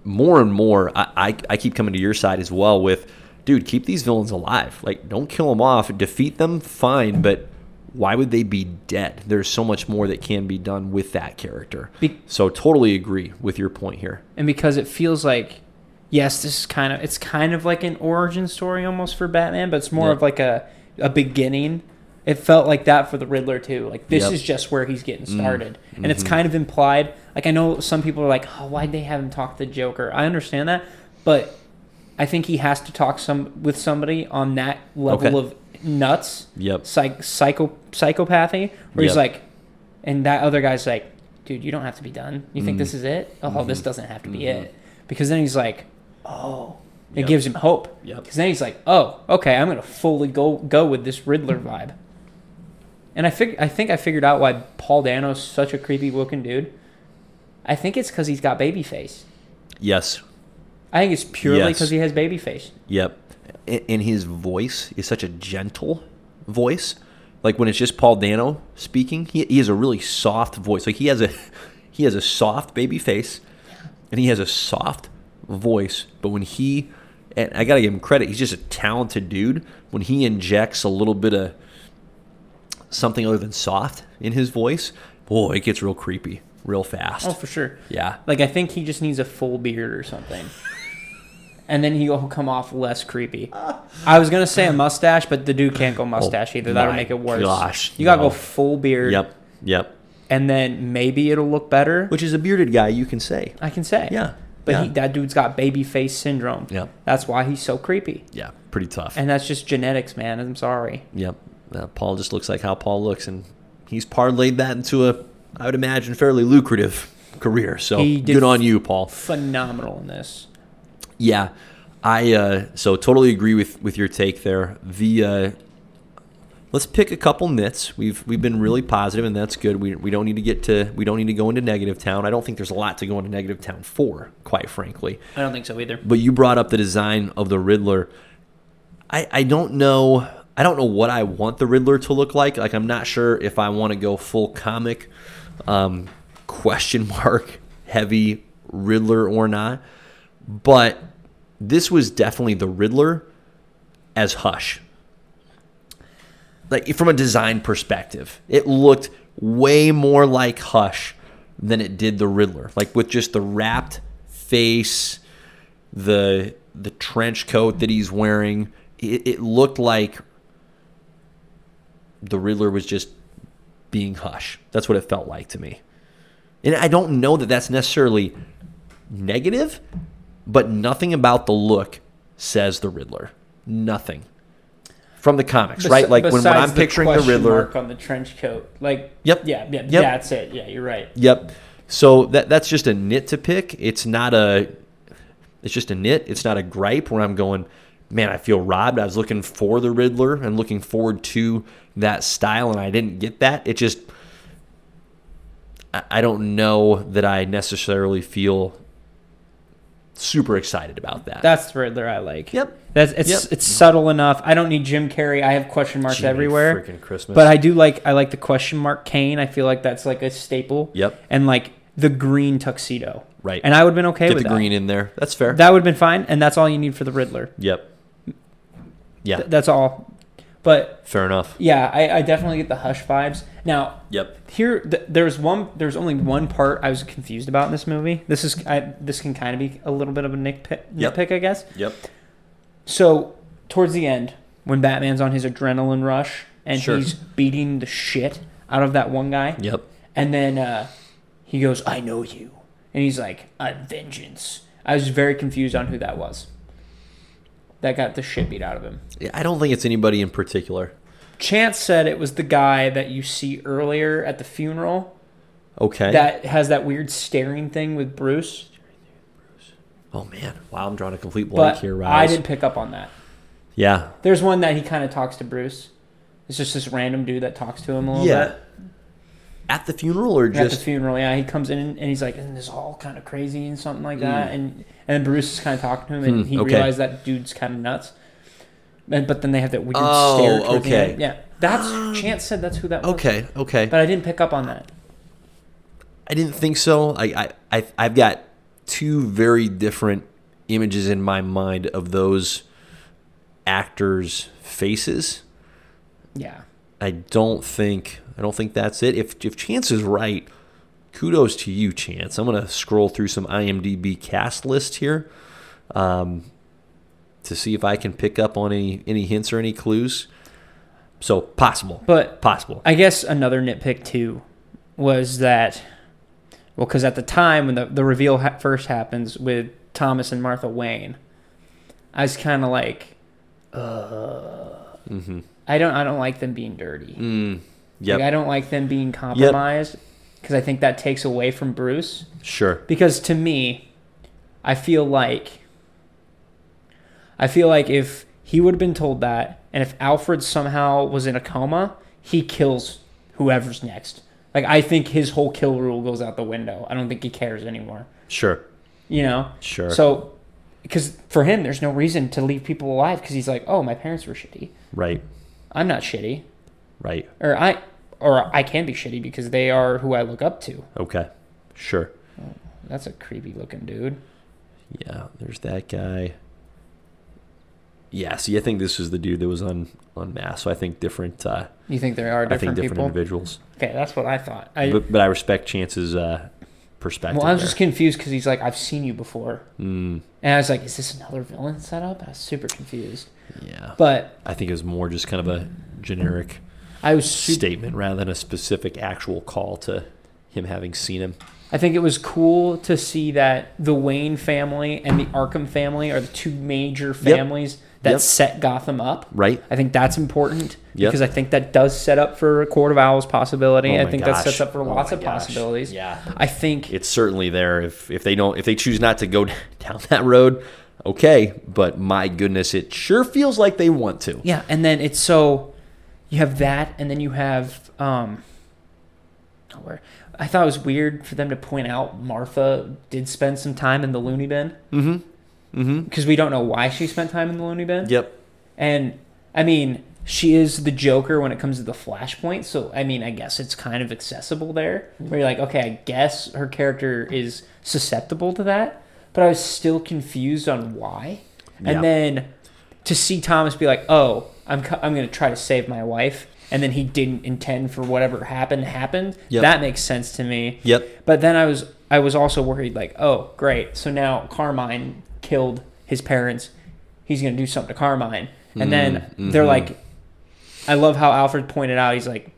Speaker 2: more and more, I, I, I keep coming to your side as well with, dude, keep these villains alive. Like, don't kill them off. Defeat them, fine, but why would they be dead? There's so much more that can be done with that character.
Speaker 1: Be-
Speaker 2: so, totally agree with your point here.
Speaker 1: and because it feels like yes this is kind of it's kind of like an origin story almost for batman but it's more
Speaker 2: Yeah.
Speaker 1: of like a, a beginning it felt like that for the riddler too like this
Speaker 2: Yep. Mm. Mm-hmm.
Speaker 1: is just where he's getting started and it's kind of implied like i know some people are like oh why'd they have him talk to the joker i understand that but i think he has to talk some with somebody on that level
Speaker 2: Okay.
Speaker 1: of nuts
Speaker 2: Yep.
Speaker 1: psych, psycho psychopathy where he's
Speaker 2: Yep.
Speaker 1: like and that other guy's like dude you don't have to be done you think
Speaker 2: Mm-hmm.
Speaker 1: this is it oh this doesn't have to be it because then he's like oh it
Speaker 2: Yep.
Speaker 1: gives him hope
Speaker 2: Yep.
Speaker 1: because then he's like oh okay i'm gonna fully go go with this riddler vibe and i fig- i think i figured out why paul dano's such a creepy looking dude i think it's because he's got baby face
Speaker 2: Yes.
Speaker 1: i think it's purely
Speaker 2: Yes.
Speaker 1: because he has baby face
Speaker 2: Yep. A- And his voice is such a gentle voice. Like when it's just Paul Dano speaking, he, he has a really soft voice. Like he has a he has a soft baby face and he has a soft voice, but when he and I got to give him credit, he's just a talented dude. When he injects a little bit of something other than soft in his voice, boy, it gets real creepy real fast.
Speaker 1: oh for sure
Speaker 2: Yeah.
Speaker 1: Like I think he just needs a full beard or something. And then he'll come off less creepy. I was gonna say a mustache, but the dude can't go mustache either. That'll
Speaker 2: Oh my
Speaker 1: make it worse.
Speaker 2: gosh,
Speaker 1: you gotta
Speaker 2: no.
Speaker 1: go full beard.
Speaker 2: Yep. Yep.
Speaker 1: And then maybe it'll look better.
Speaker 2: Which is a bearded guy, you can say.
Speaker 1: I can say.
Speaker 2: Yeah,
Speaker 1: But
Speaker 2: yeah.
Speaker 1: He, that dude's got baby face syndrome.
Speaker 2: Yep.
Speaker 1: That's why he's so creepy.
Speaker 2: Yeah, pretty tough.
Speaker 1: And that's just genetics, man. I'm sorry.
Speaker 2: Yep. Uh, Paul just looks like how Paul looks, and he's parlayed that into a, I would imagine, fairly lucrative career. So
Speaker 1: He did
Speaker 2: good on you, Paul.
Speaker 1: Phenomenal in this.
Speaker 2: Yeah, I uh, so totally agree with with your take there. The uh, let's pick a couple nits. We've we've been really positive, and that's good. We, we don't need to get to we don't need to go into negative town. I don't think there's a lot to go into negative town for, quite frankly.
Speaker 1: I don't think so either.
Speaker 2: But you brought up the design of the Riddler. I, I don't know I don't know what I want the Riddler to look like. Like I'm not sure if I want to go full comic um, question mark heavy Riddler or not. But this was definitely the Riddler as Hush. Like from a design perspective, it looked way more like Hush than it did the Riddler. Like with just the wrapped face, the the trench coat that he's wearing. It, it looked like the Riddler was just being Hush. That's what it felt like to me. And I don't know that that's necessarily negative, but nothing about the look says the Riddler. Nothing from the comics, right? Like when, when
Speaker 1: Besides
Speaker 2: I'm picturing the
Speaker 1: question
Speaker 2: Riddler,
Speaker 1: mark on the trench coat. Like
Speaker 2: Yep.
Speaker 1: Yeah, yeah,
Speaker 2: Yep.
Speaker 1: yeah, that's it. Yeah, you're right.
Speaker 2: Yep. So that that's just a nit to pick. It's not a it's just a nit. It's not a gripe where I'm going, man, I feel robbed. I was looking for the Riddler and looking forward to that style and I didn't get that. It just I I don't know that I necessarily feel super excited about that.
Speaker 1: That's the Riddler I like.
Speaker 2: Yep.
Speaker 1: That's it's
Speaker 2: Yep.
Speaker 1: it's subtle enough. I don't need Jim Carrey. I have question marks
Speaker 2: Jimmy
Speaker 1: everywhere.
Speaker 2: freaking Christmas.
Speaker 1: But I do like I like the question mark cane. I feel like that's like a staple.
Speaker 2: Yep.
Speaker 1: And like the green tuxedo.
Speaker 2: Right.
Speaker 1: And I would have been okay
Speaker 2: get
Speaker 1: with
Speaker 2: the
Speaker 1: that.
Speaker 2: green in there. That's fair.
Speaker 1: That would have been fine, and that's all you need for the Riddler.
Speaker 2: yep. Yeah,
Speaker 1: Th- That's all. But
Speaker 2: fair enough.
Speaker 1: yeah, I, I definitely get the hush vibes. Now
Speaker 2: Yep.
Speaker 1: here th- there's one there's only one part I was confused about in this movie. This is I, this can kind of be a little bit of a nitpick,
Speaker 2: Yep.
Speaker 1: nitpick I guess.
Speaker 2: Yep.
Speaker 1: So towards the end, when Batman's on his adrenaline rush and
Speaker 2: Sure.
Speaker 1: he's beating the shit out of that one guy,
Speaker 2: Yep.
Speaker 1: and then uh, he goes, "I know you," and he's like, "I'm vengeance." I was very confused on who that was. That got the shit beat out of him.
Speaker 2: Yeah, I don't think it's anybody in particular.
Speaker 1: Chance said it was the guy that you see earlier at the funeral
Speaker 2: Okay.
Speaker 1: that has that weird staring thing with Bruce,
Speaker 2: Oh man! Wow, I'm drawing a complete blank
Speaker 1: but
Speaker 2: here,
Speaker 1: I
Speaker 2: Rise.
Speaker 1: didn't pick up on that.
Speaker 2: Yeah,
Speaker 1: There's one that he kind of talks to Bruce. It's just this random dude that talks to him a little bit.
Speaker 2: yeah. At the funeral or
Speaker 1: at
Speaker 2: just
Speaker 1: the funeral. Yeah, he comes in and he's like, "Isn't this all kind of crazy and something like that?" And and Bruce is kind of talking to him, and
Speaker 2: Mm. Hmm,
Speaker 1: he
Speaker 2: okay.
Speaker 1: realized that dude's kind of nuts. And but then they have that weird
Speaker 2: Oh,
Speaker 1: stare. towards the
Speaker 2: okay.
Speaker 1: end. Yeah, that's Chance said that's who that was.
Speaker 2: okay, okay.
Speaker 1: But I didn't pick up on that.
Speaker 2: I didn't think so. I I I I've got two very different images in my mind of those actors' faces.
Speaker 1: Yeah.
Speaker 2: I don't think I don't think that's it. If if Chance is right, kudos to you, Chance. I'm gonna scroll through some IMDb cast list here, um, to see if I can pick up on any any hints or any clues. So possible,
Speaker 1: But
Speaker 2: possible.
Speaker 1: I guess another nitpick too was that, well, because at the time when the, the reveal ha- first happens with Thomas and Martha Wayne, I was kind of like,
Speaker 2: mm-hmm.
Speaker 1: I don't, I don't like them being dirty.
Speaker 2: mm,
Speaker 1: Like, I
Speaker 2: yep,
Speaker 1: don't like them being compromised because I think that takes away from Bruce.
Speaker 2: sure.
Speaker 1: Because to me, I feel like, I feel like if he would have been told that, and if Alfred somehow was in a coma, he kills whoever's next. Like I think his whole kill rule goes out the window. I don't think he cares anymore.
Speaker 2: Sure.
Speaker 1: You know.
Speaker 2: Sure.
Speaker 1: So, because for him, there's no reason to leave people alive because he's like, oh, my parents were shitty.
Speaker 2: Right.
Speaker 1: I'm not shitty.
Speaker 2: Right.
Speaker 1: or I or I can be shitty because they are who I look up to.
Speaker 2: Okay. Sure.
Speaker 1: That's a creepy looking dude.
Speaker 2: Yeah. There's that guy. Yeah. See, I think this is the dude that was on on mass. So I think different. Uh,
Speaker 1: You think there are
Speaker 2: I think
Speaker 1: different
Speaker 2: different
Speaker 1: people?
Speaker 2: individuals.
Speaker 1: Okay, that's what I thought. I
Speaker 2: but, but I respect Chance's uh, perspective.
Speaker 1: well, I was
Speaker 2: there.
Speaker 1: just confused because he's like, I've seen you before,
Speaker 2: Mm,
Speaker 1: and I was like, is this another villain setup? I was super confused.
Speaker 2: yeah.
Speaker 1: But
Speaker 2: I think it was more just kind of a generic
Speaker 1: I was super,
Speaker 2: statement rather than a specific actual call to him having seen him.
Speaker 1: I think it was cool to see that the Wayne family and the Arkham family are the two major families that
Speaker 2: Yep.
Speaker 1: set Gotham up.
Speaker 2: Right.
Speaker 1: I think that's important
Speaker 2: Yep.
Speaker 1: because I think that does set up for a Court of Owls possibility.
Speaker 2: Oh
Speaker 1: I
Speaker 2: my
Speaker 1: think
Speaker 2: gosh.
Speaker 1: that sets up for
Speaker 2: Oh
Speaker 1: lots
Speaker 2: my
Speaker 1: of
Speaker 2: gosh.
Speaker 1: possibilities.
Speaker 2: Yeah.
Speaker 1: I think
Speaker 2: it's certainly there if if they don't if they choose not to go down that road okay but my goodness it sure feels like they want to
Speaker 1: Yeah, and then it's so you have that, and then you have um. oh, Where I thought it was weird for them to point out Martha did spend some time in the loony bin
Speaker 2: mm-hmm
Speaker 1: because we don't know why she spent time in the loony bin.
Speaker 2: yep
Speaker 1: And I mean, she is the Joker when it comes to the Flashpoint, so I mean, I guess it's kind of accessible there.
Speaker 2: Mm-hmm.
Speaker 1: Where you're like, okay, I guess her character is susceptible to that, but I was still confused on why. And
Speaker 2: Yeah.
Speaker 1: then to see Thomas be like, "Oh, I'm co- I'm going to try to save my wife," and then he didn't intend for whatever happened happened.
Speaker 2: Yep.
Speaker 1: That makes sense to me.
Speaker 2: yep
Speaker 1: But then I was I was also worried like, oh great, so now Carmine killed his parents. He's gonna do something to Carmine. And then
Speaker 2: Mm, mm-hmm.
Speaker 1: they're like I love how Alfred pointed out, he's like,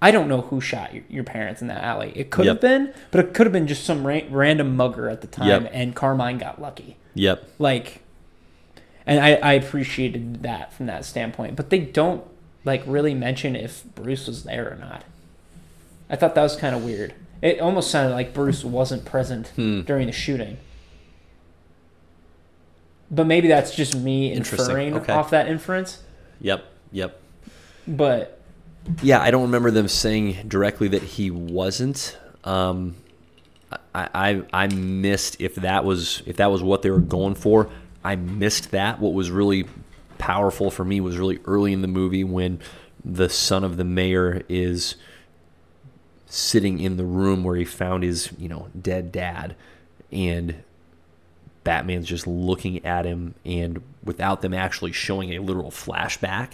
Speaker 1: I don't know who shot your, your parents in that alley. It could
Speaker 2: Yep.
Speaker 1: have been, but it could have been just some ra- random mugger at the time
Speaker 2: Yep.
Speaker 1: and Carmine got lucky.
Speaker 2: yep
Speaker 1: Like and I, I appreciated that from that standpoint. But they don't like really mention if Bruce was there or not. I thought that was kind of weird. It almost sounded like Bruce wasn't present
Speaker 2: Hmm.
Speaker 1: during the shooting. But maybe that's just me
Speaker 2: Interesting.
Speaker 1: inferring
Speaker 2: Okay.
Speaker 1: off that inference.
Speaker 2: yep yep
Speaker 1: But
Speaker 2: yeah i don't remember them saying directly that he wasn't um I, I I missed if that was if that was what they were going for. I missed that. What was really powerful for me was really early in the movie when the son of the mayor is sitting in the room where he found his you know dead dad, and Batman's just looking at him, and without them actually showing a literal flashback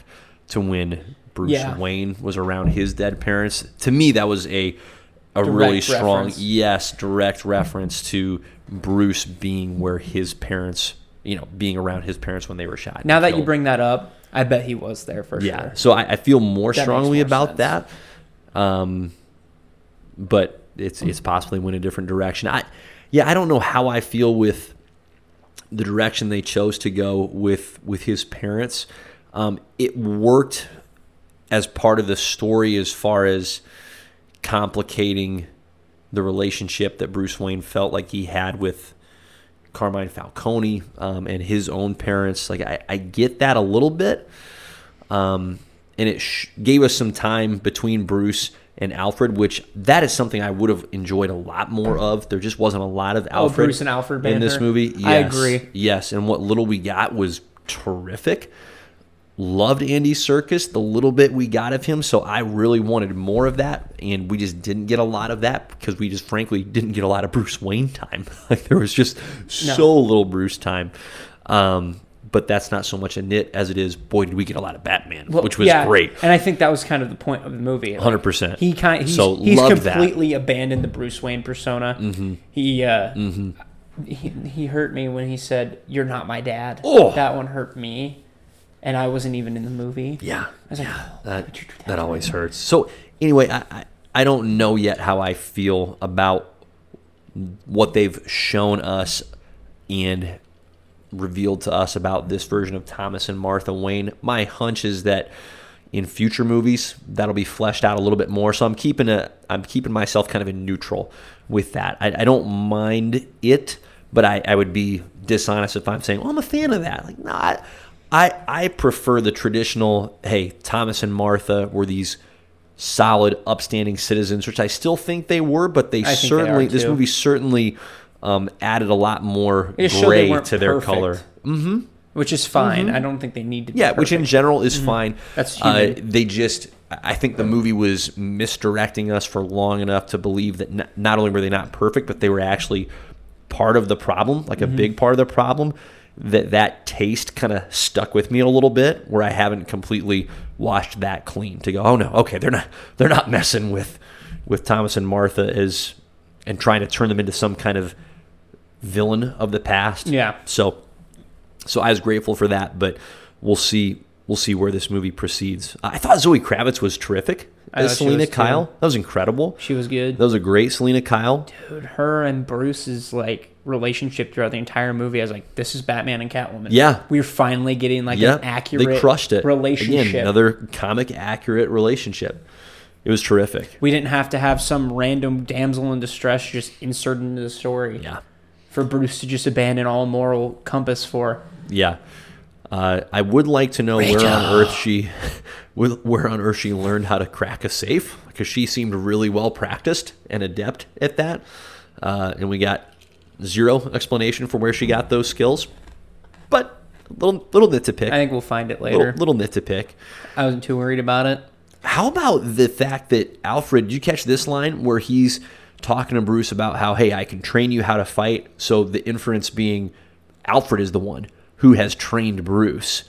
Speaker 2: to when Bruce
Speaker 1: Yeah.
Speaker 2: Wayne was around his dead parents. To me, that was a a
Speaker 1: Direct
Speaker 2: really strong
Speaker 1: reference.
Speaker 2: yes direct reference to bruce being where his parents you know being around his parents when they were shot and
Speaker 1: now that you
Speaker 2: killed.
Speaker 1: bring that up, I bet he was there for
Speaker 2: yeah
Speaker 1: sure.
Speaker 2: so I, I feel more
Speaker 1: That
Speaker 2: strongly
Speaker 1: makes more
Speaker 2: about that um but it's it's possibly went a different direction i yeah i don't know how i feel with the direction they chose to go with with his parents um it worked as part of the story as far as complicating the relationship that Bruce Wayne felt like he had with Carmine Falcone um, and his own parents. Like I, I get that a little bit, um, and it sh- gave us some time between Bruce and Alfred, which that is something I would have enjoyed a lot more of. There just wasn't a lot of Alfred,
Speaker 1: Oh, Bruce and Alfred
Speaker 2: in this
Speaker 1: banter.
Speaker 2: movie.
Speaker 1: I agree.
Speaker 2: Yes, and what little we got was terrific Loved Andy Circus, the little bit we got of him, so I really wanted more of that, and we just didn't get a lot of that because we just frankly didn't get a lot of Bruce Wayne time. like there was just so little Bruce time. Um, but that's not so much a nit as it is, boy, did we get a lot of Batman,
Speaker 1: Well,
Speaker 2: which was
Speaker 1: yeah,
Speaker 2: great.
Speaker 1: And I think that was kind of the point of the movie. Like,
Speaker 2: 100%.
Speaker 1: He kind he's,
Speaker 2: So
Speaker 1: he's
Speaker 2: loved that. Mm-hmm.
Speaker 1: completely abandoned the Bruce Wayne persona. He uh he, he hurt me when he said, "You're not my dad."
Speaker 2: Oh.
Speaker 1: That one hurt me, and I wasn't even in the movie.
Speaker 2: Yeah.
Speaker 1: I was like, oh, why would
Speaker 2: that
Speaker 1: you do
Speaker 2: that always hurts. So anyway, I, I I don't know yet how I feel about what they've shown us and revealed to us about this version of Thomas and Martha Wayne. My hunch is that in future movies that'll be fleshed out a little bit more. So I'm keeping a I'm keeping myself kind of in neutral with that. I, I don't mind it, but I, I would be dishonest if I'm saying, well, I'm a fan of that. Like, no, I, I I prefer the traditional, hey, Thomas and Martha were these solid, upstanding citizens, which I still think they were, but they
Speaker 1: I think they are,
Speaker 2: certainly this
Speaker 1: too.
Speaker 2: movie certainly um, added a lot more
Speaker 1: It just showed they
Speaker 2: gray
Speaker 1: weren't
Speaker 2: to their
Speaker 1: perfect,
Speaker 2: color. Mm-hmm.
Speaker 1: Which is fine. I don't think they need to. Be
Speaker 2: Yeah, which in
Speaker 1: perfect.
Speaker 2: general is fine.
Speaker 1: That's
Speaker 2: uh,
Speaker 1: human.
Speaker 2: they just. I think the movie was misdirecting us for long enough to believe that not, not only were they not perfect, but they were actually part of the problem, like a big part of the problem. That that taste kind of stuck with me a little bit, where I haven't completely washed that clean to go. Oh no, okay, they're not they're not messing with with Thomas and Martha as and trying to turn them into some kind of villain of the past.
Speaker 1: Yeah.
Speaker 2: So so I was grateful for that, but we'll see we'll see where this movie proceeds. I thought Zoe Kravitz was terrific
Speaker 1: I thought
Speaker 2: as
Speaker 1: she
Speaker 2: Selena
Speaker 1: was, too.
Speaker 2: Kyle. That was incredible.
Speaker 1: she was good.
Speaker 2: That was a great Selena Kyle.
Speaker 1: Dude, her and Bruce's like relationship throughout the entire movie, I was like, this is Batman and Catwoman.
Speaker 2: Yeah.
Speaker 1: we're finally getting like
Speaker 2: Yeah,
Speaker 1: an accurate.
Speaker 2: they crushed it.
Speaker 1: relationship.
Speaker 2: Again, another comic accurate relationship. It was terrific.
Speaker 1: We didn't have to have some random damsel in distress just inserted into the story
Speaker 2: Yeah.
Speaker 1: for Bruce to just abandon all moral compass for.
Speaker 2: Yeah. Uh, I would like to know where on earth she, where- where on earth she learned how to crack a safe because she seemed really well practiced and adept at that, uh, and we got zero explanation for where she got those skills. But little little nit to pick,
Speaker 1: I think we'll find it later.
Speaker 2: little, little nit to pick.
Speaker 1: I wasn't too worried about it.
Speaker 2: How about the fact that Alfred, did you catch this line where he's talking to Bruce about how, hey, I can train you how to fight? So the inference being Alfred is the one who has trained Bruce.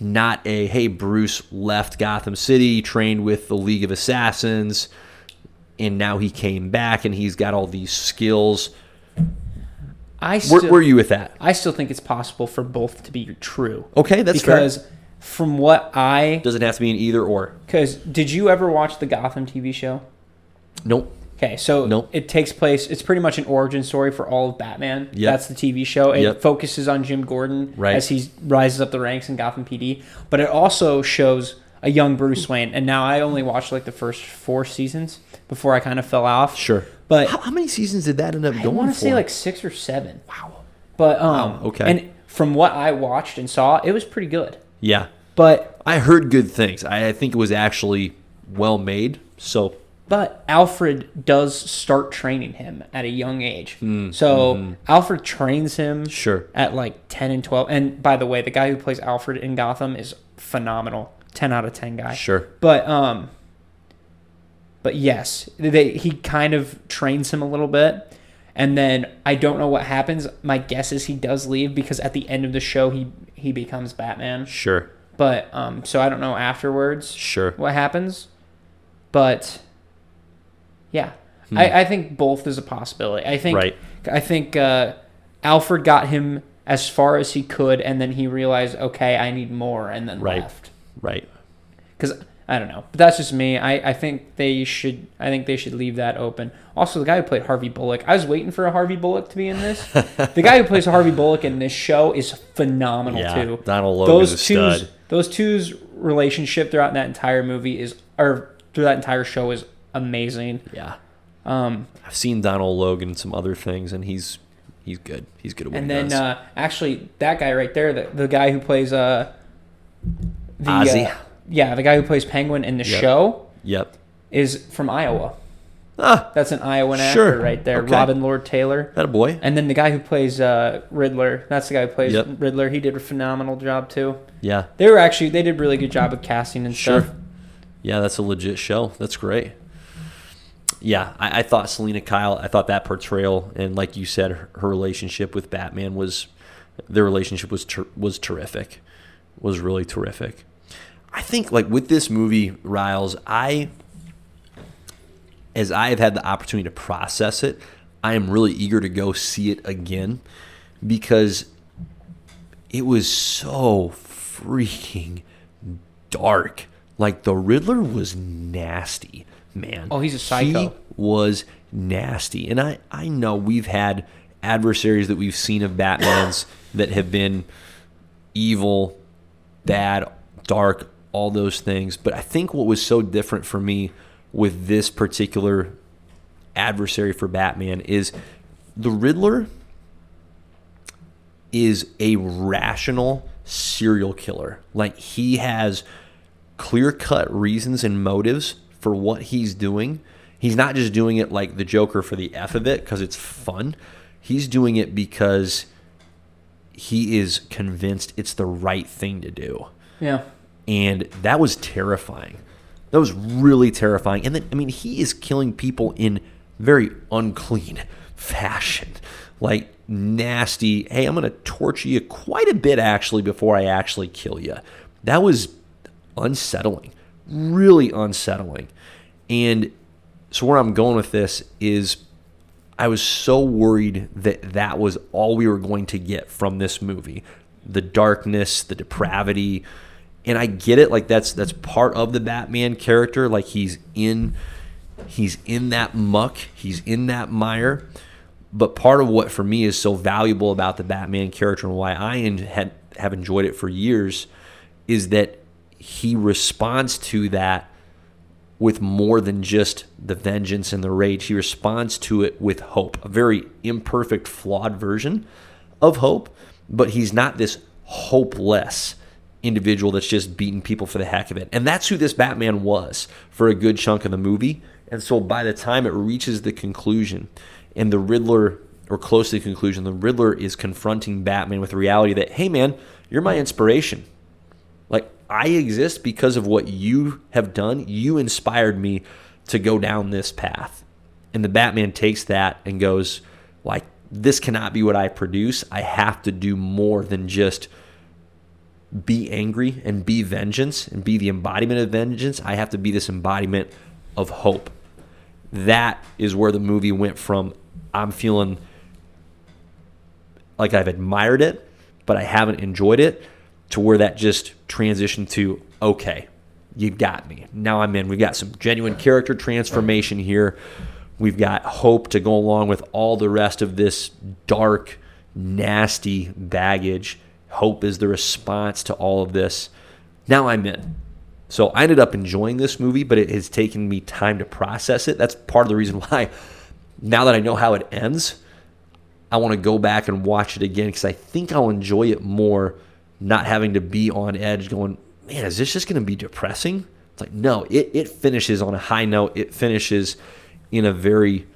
Speaker 2: Not a, hey, Bruce left Gotham City, trained with the League of Assassins, and now he came back and he's got all these skills.
Speaker 1: I
Speaker 2: Where,
Speaker 1: still,
Speaker 2: where are you with that?
Speaker 1: I still think it's possible for both to be true.
Speaker 2: Okay, that's
Speaker 1: because
Speaker 2: fair.
Speaker 1: from what I
Speaker 2: Doesn't have to be an either or.
Speaker 1: because did you ever watch the Gotham TV show?
Speaker 2: Nope.
Speaker 1: Okay, so
Speaker 2: Nope.
Speaker 1: it takes place. It's pretty much an origin story for all of Batman.
Speaker 2: Yep.
Speaker 1: That's the TV show. It
Speaker 2: Yep.
Speaker 1: focuses on Jim Gordon
Speaker 2: Right.
Speaker 1: as he rises up the ranks in Gotham PD, but it also shows a young Bruce Wayne. And now I only watched like the first four seasons before I kind of fell off.
Speaker 2: Sure.
Speaker 1: but
Speaker 2: How,
Speaker 1: I
Speaker 2: how many seasons did that end up going
Speaker 1: want
Speaker 2: for?
Speaker 1: to say like six or seven. Wow. But um,
Speaker 2: Wow, okay.
Speaker 1: And from what I watched and saw, it was pretty good.
Speaker 2: yeah.
Speaker 1: But
Speaker 2: I heard good things. I, I think it was actually well made. So
Speaker 1: But Alfred does start training him at a young age.
Speaker 2: Hmm.
Speaker 1: so
Speaker 2: Mm-hmm.
Speaker 1: Alfred trains him
Speaker 2: Sure.
Speaker 1: at like 10 and 12. And by the way, the guy who plays Alfred in Gotham is phenomenal. 10 out of 10 guy.
Speaker 2: Sure.
Speaker 1: But um but yes, they he kind of trains him a little bit. And then I don't know what happens. My guess is he does leave because at the end of the show he he becomes Batman.
Speaker 2: sure,
Speaker 1: But um, so I don't know afterwards
Speaker 2: sure.
Speaker 1: what happens, but yeah, I, I think both is a possibility. I think
Speaker 2: Hmm. Right.
Speaker 1: I think uh, Alfred got him as far as he could, and then he realized, okay, I need more, and then
Speaker 2: Right.
Speaker 1: left.
Speaker 2: Right.
Speaker 1: Because I don't know, but that's just me. I, I think they should I think they should leave that open. Also, the guy who played Harvey Bullock, I was waiting for a Harvey Bullock to be in this. the guy who plays Harvey Bullock in this show is phenomenal
Speaker 2: Yeah,
Speaker 1: too.
Speaker 2: Donald Logue
Speaker 1: those
Speaker 2: is a
Speaker 1: two's
Speaker 2: stud.
Speaker 1: those two's relationship throughout that entire movie is or through that entire show is amazing.
Speaker 2: Yeah.
Speaker 1: Um,
Speaker 2: I've seen Donald Logan and some other things, and he's he's good. He's good at what
Speaker 1: And
Speaker 2: he
Speaker 1: then
Speaker 2: does.
Speaker 1: uh, actually that guy right there, the, the guy who plays uh the
Speaker 2: Ozzy.
Speaker 1: uh, yeah, the guy who plays Penguin in the
Speaker 2: Yep.
Speaker 1: show
Speaker 2: yep.
Speaker 1: is from Iowa.
Speaker 2: Ah,
Speaker 1: That's an Iowan
Speaker 2: Sure.
Speaker 1: actor right there.
Speaker 2: Okay.
Speaker 1: Robin Lord Taylor.
Speaker 2: that a boy.
Speaker 1: And then the guy who plays uh, Riddler, that's the guy who plays
Speaker 2: Yep.
Speaker 1: Riddler. He did a phenomenal job too.
Speaker 2: Yeah,
Speaker 1: They were actually they did a really good job with casting and
Speaker 2: Sure.
Speaker 1: stuff.
Speaker 2: yeah, that's a legit show. That's great. Yeah, I, I thought Selena Kyle. I thought that portrayal and, like you said, her, her relationship with Batman was their relationship was ter- was terrific. Was really terrific. I think like with this movie, Riles, I as I have had the opportunity to process it, I am really eager to go see it again because it was so freaking dark. Like the Riddler was nasty, man.
Speaker 1: Oh, he's a psycho.
Speaker 2: He was nasty. And I I know we've had adversaries that we've seen of Batman's that have been evil, bad, dark, all those things. But I think what was so different for me with this particular adversary for Batman is the Riddler is a rational serial killer. Like he has clear cut reasons and motives for what he's doing. He's not just doing it like the Joker for the F of it because it's fun. He's doing it because he is convinced it's the right thing to do.
Speaker 1: Yeah.
Speaker 2: And that was terrifying. That was really terrifying. And then, I mean, he is killing people in very unclean fashion. Like, nasty, hey, I'm going to torture you quite a bit, actually, before I actually kill you. That was unsettling, really unsettling. And so, where I'm going with this is I was so worried that that was all we were going to get from this movie the darkness, the depravity. And I get it like that's that's part of the Batman character like he's in he's in that muck, he's in that mire. But part of what for me is so valuable about the Batman character and why I en- had, have enjoyed it for years is that he responds to that with more than just the vengeance and the rage. He responds to it with hope, a very imperfect, flawed version of hope, but he's not this hopeless individual that's just beating people for the heck of it. And that's who this Batman was for a good chunk of the movie. And so by the time it reaches the conclusion and the Riddler or close to the conclusion, the Riddler is confronting Batman with the reality that, hey man, you're my inspiration. Like I exist because of what you have done. You inspired me to go down this path. And the Batman takes that and goes, like, this cannot be what I produce. I have to do more than just be angry and be vengeance and be the embodiment of vengeance. I have to be this embodiment of hope. That is where the movie went from I'm feeling like I've admired it, but I haven't enjoyed it to where that just transitioned to okay, you've got me. Now I'm in. We've got some genuine character transformation here. We've got hope to go along with all the rest of this dark, nasty baggage. Hope is the response to all of this. Now I'm in. So I ended up enjoying this movie, but it has taken me time to process it. That's part of the reason why now that I know how it ends, I want to go back and watch it again because I think I'll enjoy it more not having to be on edge going, man, is this just going to be depressing? It's like, no, it, it finishes on a high note. It finishes in a very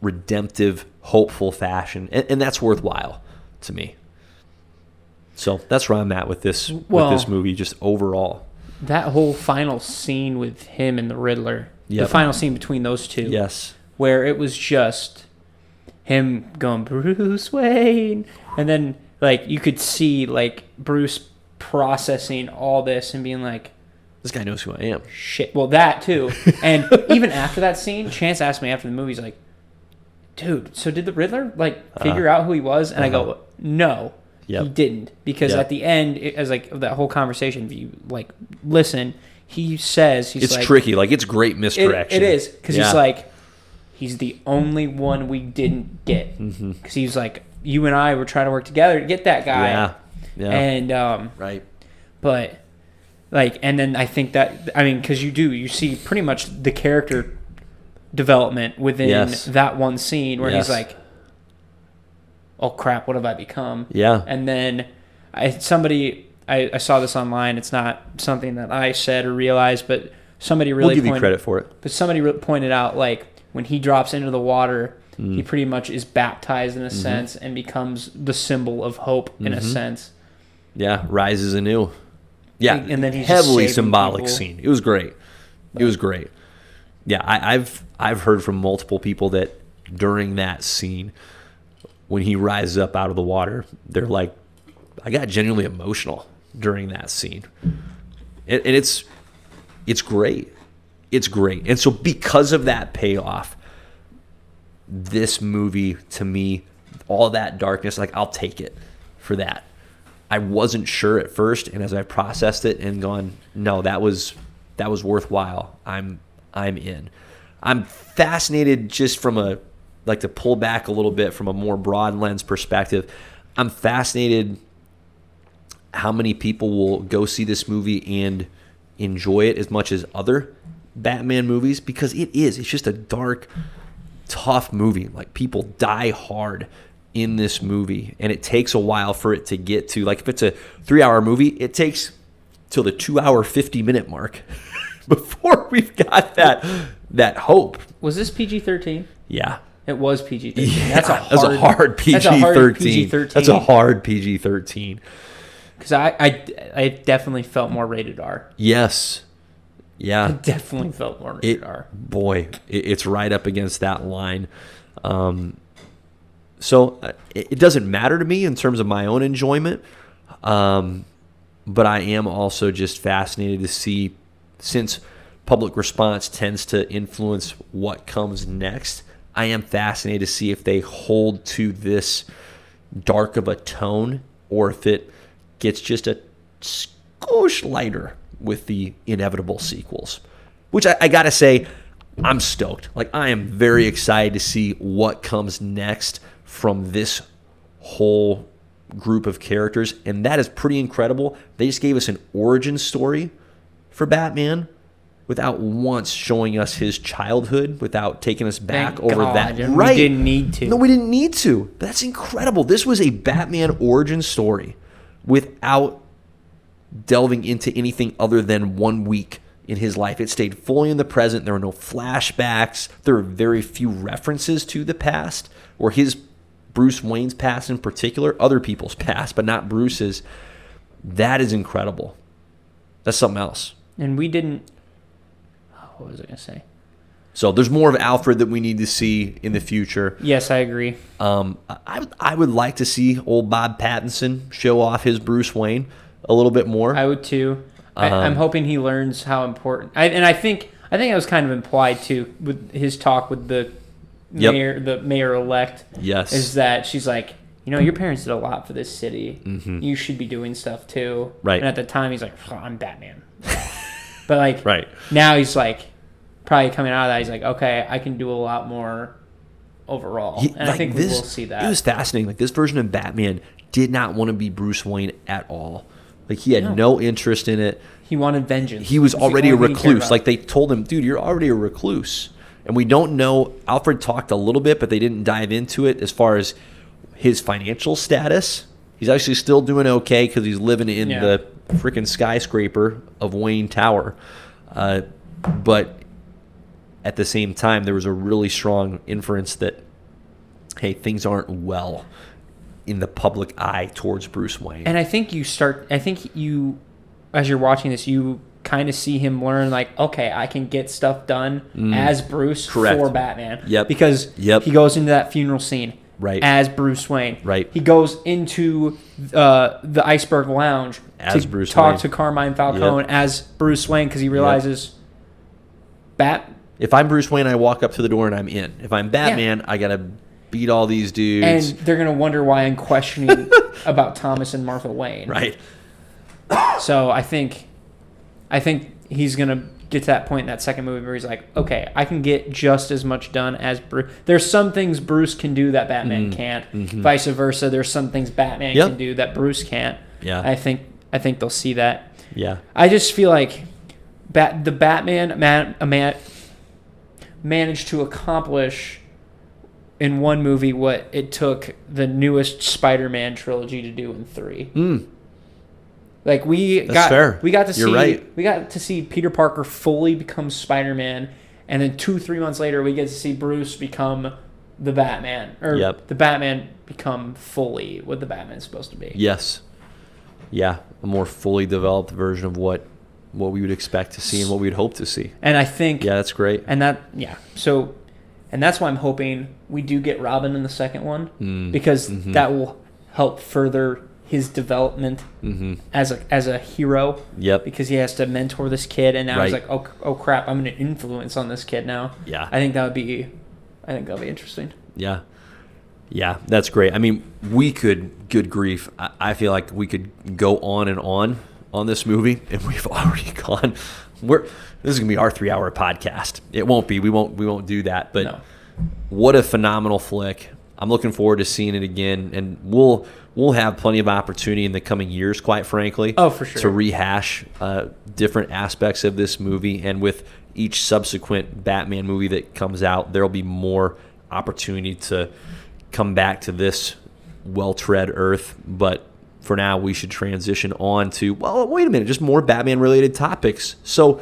Speaker 2: redemptive, hopeful fashion. And, and that's worthwhile to me. So that's where I'm at with this
Speaker 1: Well-
Speaker 2: with this movie, just overall.
Speaker 1: That whole final scene with him and the Riddler.
Speaker 2: Yep.
Speaker 1: The final scene between those two.
Speaker 2: Yes.
Speaker 1: where it was just him going Bruce Wayne, and then like you could see like Bruce processing all this and being like,
Speaker 2: This guy knows who I am.
Speaker 1: shit. Well, that too. And even after that scene, Chance asked me after the movie, he's like, dude, so did the Riddler like figure out who he was? And I go, no,
Speaker 2: Uh-huh. Yep.
Speaker 1: he didn't. Because
Speaker 2: Yep.
Speaker 1: at the end, it, as like of that whole conversation, if you like listen, he says he's
Speaker 2: It's
Speaker 1: like,
Speaker 2: tricky. Like it's great
Speaker 1: it-
Speaker 2: misdirection.
Speaker 1: it is because
Speaker 2: Yeah.
Speaker 1: he's like, he's the only one we didn't get because
Speaker 2: Mm-hmm.
Speaker 1: he's like, you and I were trying to work together to get that guy,
Speaker 2: Yeah. Yeah.
Speaker 1: and um,
Speaker 2: right.
Speaker 1: but like, and then I think that I mean, because you do you see pretty much the character development within
Speaker 2: Yes.
Speaker 1: that one scene where
Speaker 2: Yes.
Speaker 1: he's like, oh crap, what have I become?
Speaker 2: Yeah.
Speaker 1: And then I somebody I, I saw this online. It's not something that I said or realized, but somebody really
Speaker 2: We'll give you
Speaker 1: pointed-
Speaker 2: credit for it.
Speaker 1: But somebody re- pointed out like when he drops into the water,
Speaker 2: Mm.
Speaker 1: he pretty much is baptized in a
Speaker 2: Mm-hmm.
Speaker 1: sense and becomes the symbol of hope in a sense.
Speaker 2: Yeah, rises anew. Yeah,
Speaker 1: And- and then he's just
Speaker 2: heavily
Speaker 1: saving
Speaker 2: symbolic
Speaker 1: people.
Speaker 2: scene. It was great. It was great. Yeah, I, I've I've heard from multiple people that during that scene, when he rises up out of the water, they're like, I got genuinely emotional during that scene, and, and it's it's great, it's great. And so because of that payoff, this movie to me, all that darkness, like I'll take it for that. I wasn't sure at first, and as I processed it and gone, no, that was that was worthwhile. I'm I'm in. I'm fascinated just from a like to pull back a little bit from a more broad lens perspective. I'm fascinated how many people will go see this movie and enjoy it as much as other Batman movies because it is. It's just a dark, tough movie. Like people die hard in this movie, and it takes a while for it to get to. Like if it's a three-hour movie, it takes till the two-hour fifty-minute mark before we've got that that hope.
Speaker 1: Was this PG thirteen?
Speaker 2: Yeah.
Speaker 1: It was PG thirteen.
Speaker 2: Yeah,
Speaker 1: that's a hard,
Speaker 2: PG
Speaker 1: that's a hard
Speaker 2: thirteen.
Speaker 1: PG-13.
Speaker 2: That's a hard PG thirteen.
Speaker 1: because I, I I definitely felt more rated R.
Speaker 2: Yes, yeah.
Speaker 1: Definitely felt more rated
Speaker 2: it,
Speaker 1: R.
Speaker 2: boy, it, it's right up against that line. Um, so uh, it, it doesn't matter to me in terms of my own enjoyment, um, but I am also just fascinated to see since public response tends to influence what comes next. I am fascinated to see if they hold to this dark of a tone or if it gets just a skosh lighter with the inevitable sequels. Which I, I gotta say, I'm stoked. Like, I am very excited to see what comes next from this whole group of characters. And that is pretty incredible. They just gave us an origin story for Batman without once showing us his childhood, without taking us back
Speaker 1: Thank
Speaker 2: over
Speaker 1: God,
Speaker 2: that.
Speaker 1: and we didn't need to.
Speaker 2: No, we didn't need to. But that's incredible. This was a Batman origin story without delving into anything other than one week in his life. It stayed fully in the present. There were no flashbacks. There were very few references to the past or his Bruce Wayne's past in particular, other people's past, but not Bruce's. That is incredible. That's something else.
Speaker 1: And we didn't. oh, What was I gonna say?
Speaker 2: So there's more of Alfred that we need to see in the future.
Speaker 1: Yes, I agree.
Speaker 2: Um, I, I would like to see old Bob Pattinson show off his Bruce Wayne a little bit more.
Speaker 1: I would too. I,
Speaker 2: Um,
Speaker 1: I'm hoping he learns how important. I, and I think I think it was kind of implied too with his talk with the
Speaker 2: Yep.
Speaker 1: mayor, the mayor elect.
Speaker 2: Yes.
Speaker 1: is that she's like, you know, your parents did a lot for this city. You should be doing stuff too.
Speaker 2: Mm-hmm. Right.
Speaker 1: And at the time, he's like, "Pff, I'm Batman. but like,
Speaker 2: Right.
Speaker 1: now he's like, probably coming out of that, he's like, okay, I can do a lot more overall.
Speaker 2: He-
Speaker 1: and I
Speaker 2: like
Speaker 1: think we will see that.
Speaker 2: It was fascinating. Like this version of Batman did not want to be Bruce Wayne at all. Like he had no, interest in it.
Speaker 1: he wanted vengeance.
Speaker 2: He was
Speaker 1: That's the
Speaker 2: already a
Speaker 1: only thing he cared
Speaker 2: recluse.
Speaker 1: about.
Speaker 2: Like they told him, dude, you're already a recluse. And we don't know. Alfred talked a little bit, but they didn't dive into it as far as his financial status. He's actually still doing okay because he's living in
Speaker 1: Yeah.
Speaker 2: the freaking skyscraper of Wayne Tower. Uh, but at the same time, there was a really strong inference that, hey, things aren't well in the public eye towards Bruce Wayne.
Speaker 1: And I think you start. I think you, as you're watching this, you kind of see him learn like, okay, I can get stuff done as Bruce
Speaker 2: Mm. Correct.
Speaker 1: for Batman.
Speaker 2: Yep.
Speaker 1: Because
Speaker 2: Yep.
Speaker 1: he goes into that funeral scene
Speaker 2: Right.
Speaker 1: as Bruce Wayne.
Speaker 2: Right.
Speaker 1: He goes into uh, the Iceberg Lounge
Speaker 2: As
Speaker 1: to
Speaker 2: Bruce
Speaker 1: talk
Speaker 2: Wayne.
Speaker 1: to Carmine Falcone
Speaker 2: Yep.
Speaker 1: as Bruce Wayne because he realizes Bat
Speaker 2: If I'm Bruce Wayne, I walk up to the door and I'm in. If I'm Batman, I gotta beat all these
Speaker 1: and
Speaker 2: dudes.
Speaker 1: they're gonna wonder why I'm questioning about Thomas and Martha Wayne.
Speaker 2: right.
Speaker 1: So I think, I think he's gonna get to that point in that second movie where he's like, okay, I can get just as much done as Bruce. There's some things Bruce can do that Batman can't. Vice versa, there's some things Batman
Speaker 2: Mm-hmm. Yep.
Speaker 1: can do that Bruce can't.
Speaker 2: Yeah.
Speaker 1: I think I think they'll see that.
Speaker 2: Yeah.
Speaker 1: I just feel like bat the Batman man, a man managed to accomplish in one movie what it took the newest Spider-Man trilogy to do in three. Like we
Speaker 2: Hmm. That's
Speaker 1: got
Speaker 2: fair.
Speaker 1: we got to
Speaker 2: You're
Speaker 1: see
Speaker 2: right.
Speaker 1: we got to see Peter Parker fully become Spider Man, and then two three months later we get to see Bruce become the Batman or
Speaker 2: Yep.
Speaker 1: the Batman become fully what the Batman's supposed to be.
Speaker 2: Yes. Yeah, a more fully developed version of what what we would expect to see and what we would hope to see.
Speaker 1: And I think
Speaker 2: Yeah, that's great.
Speaker 1: and that yeah so and that's why i'm hoping we do get robin in the second one
Speaker 2: Mm.
Speaker 1: because
Speaker 2: Mm-hmm.
Speaker 1: that will help further his development
Speaker 2: Mm-hmm.
Speaker 1: as a as a hero
Speaker 2: Yep.
Speaker 1: because he has to mentor this kid and now he's
Speaker 2: Right.
Speaker 1: like oh, oh crap i'm an influence on this kid now
Speaker 2: Yeah.
Speaker 1: i think that would be i think that'll be interesting
Speaker 2: Yeah. Yeah, that's great. I mean, we could, good grief, I, I feel like we could go on and on on this movie, and we've already gone. We're this is gonna be our three-hour podcast. It won't be. We won't. We won't do that. But
Speaker 1: No.
Speaker 2: what a phenomenal flick! I'm looking forward to seeing it again, and we'll we'll have plenty of opportunity in the coming years, quite frankly.
Speaker 1: Oh, for sure.
Speaker 2: To rehash uh, different aspects of this movie, and with each subsequent Batman movie that comes out, there'll be more opportunity to come back to this well-tread earth. But for now, we should transition on to well, wait a minute, just more Batman-related topics. So,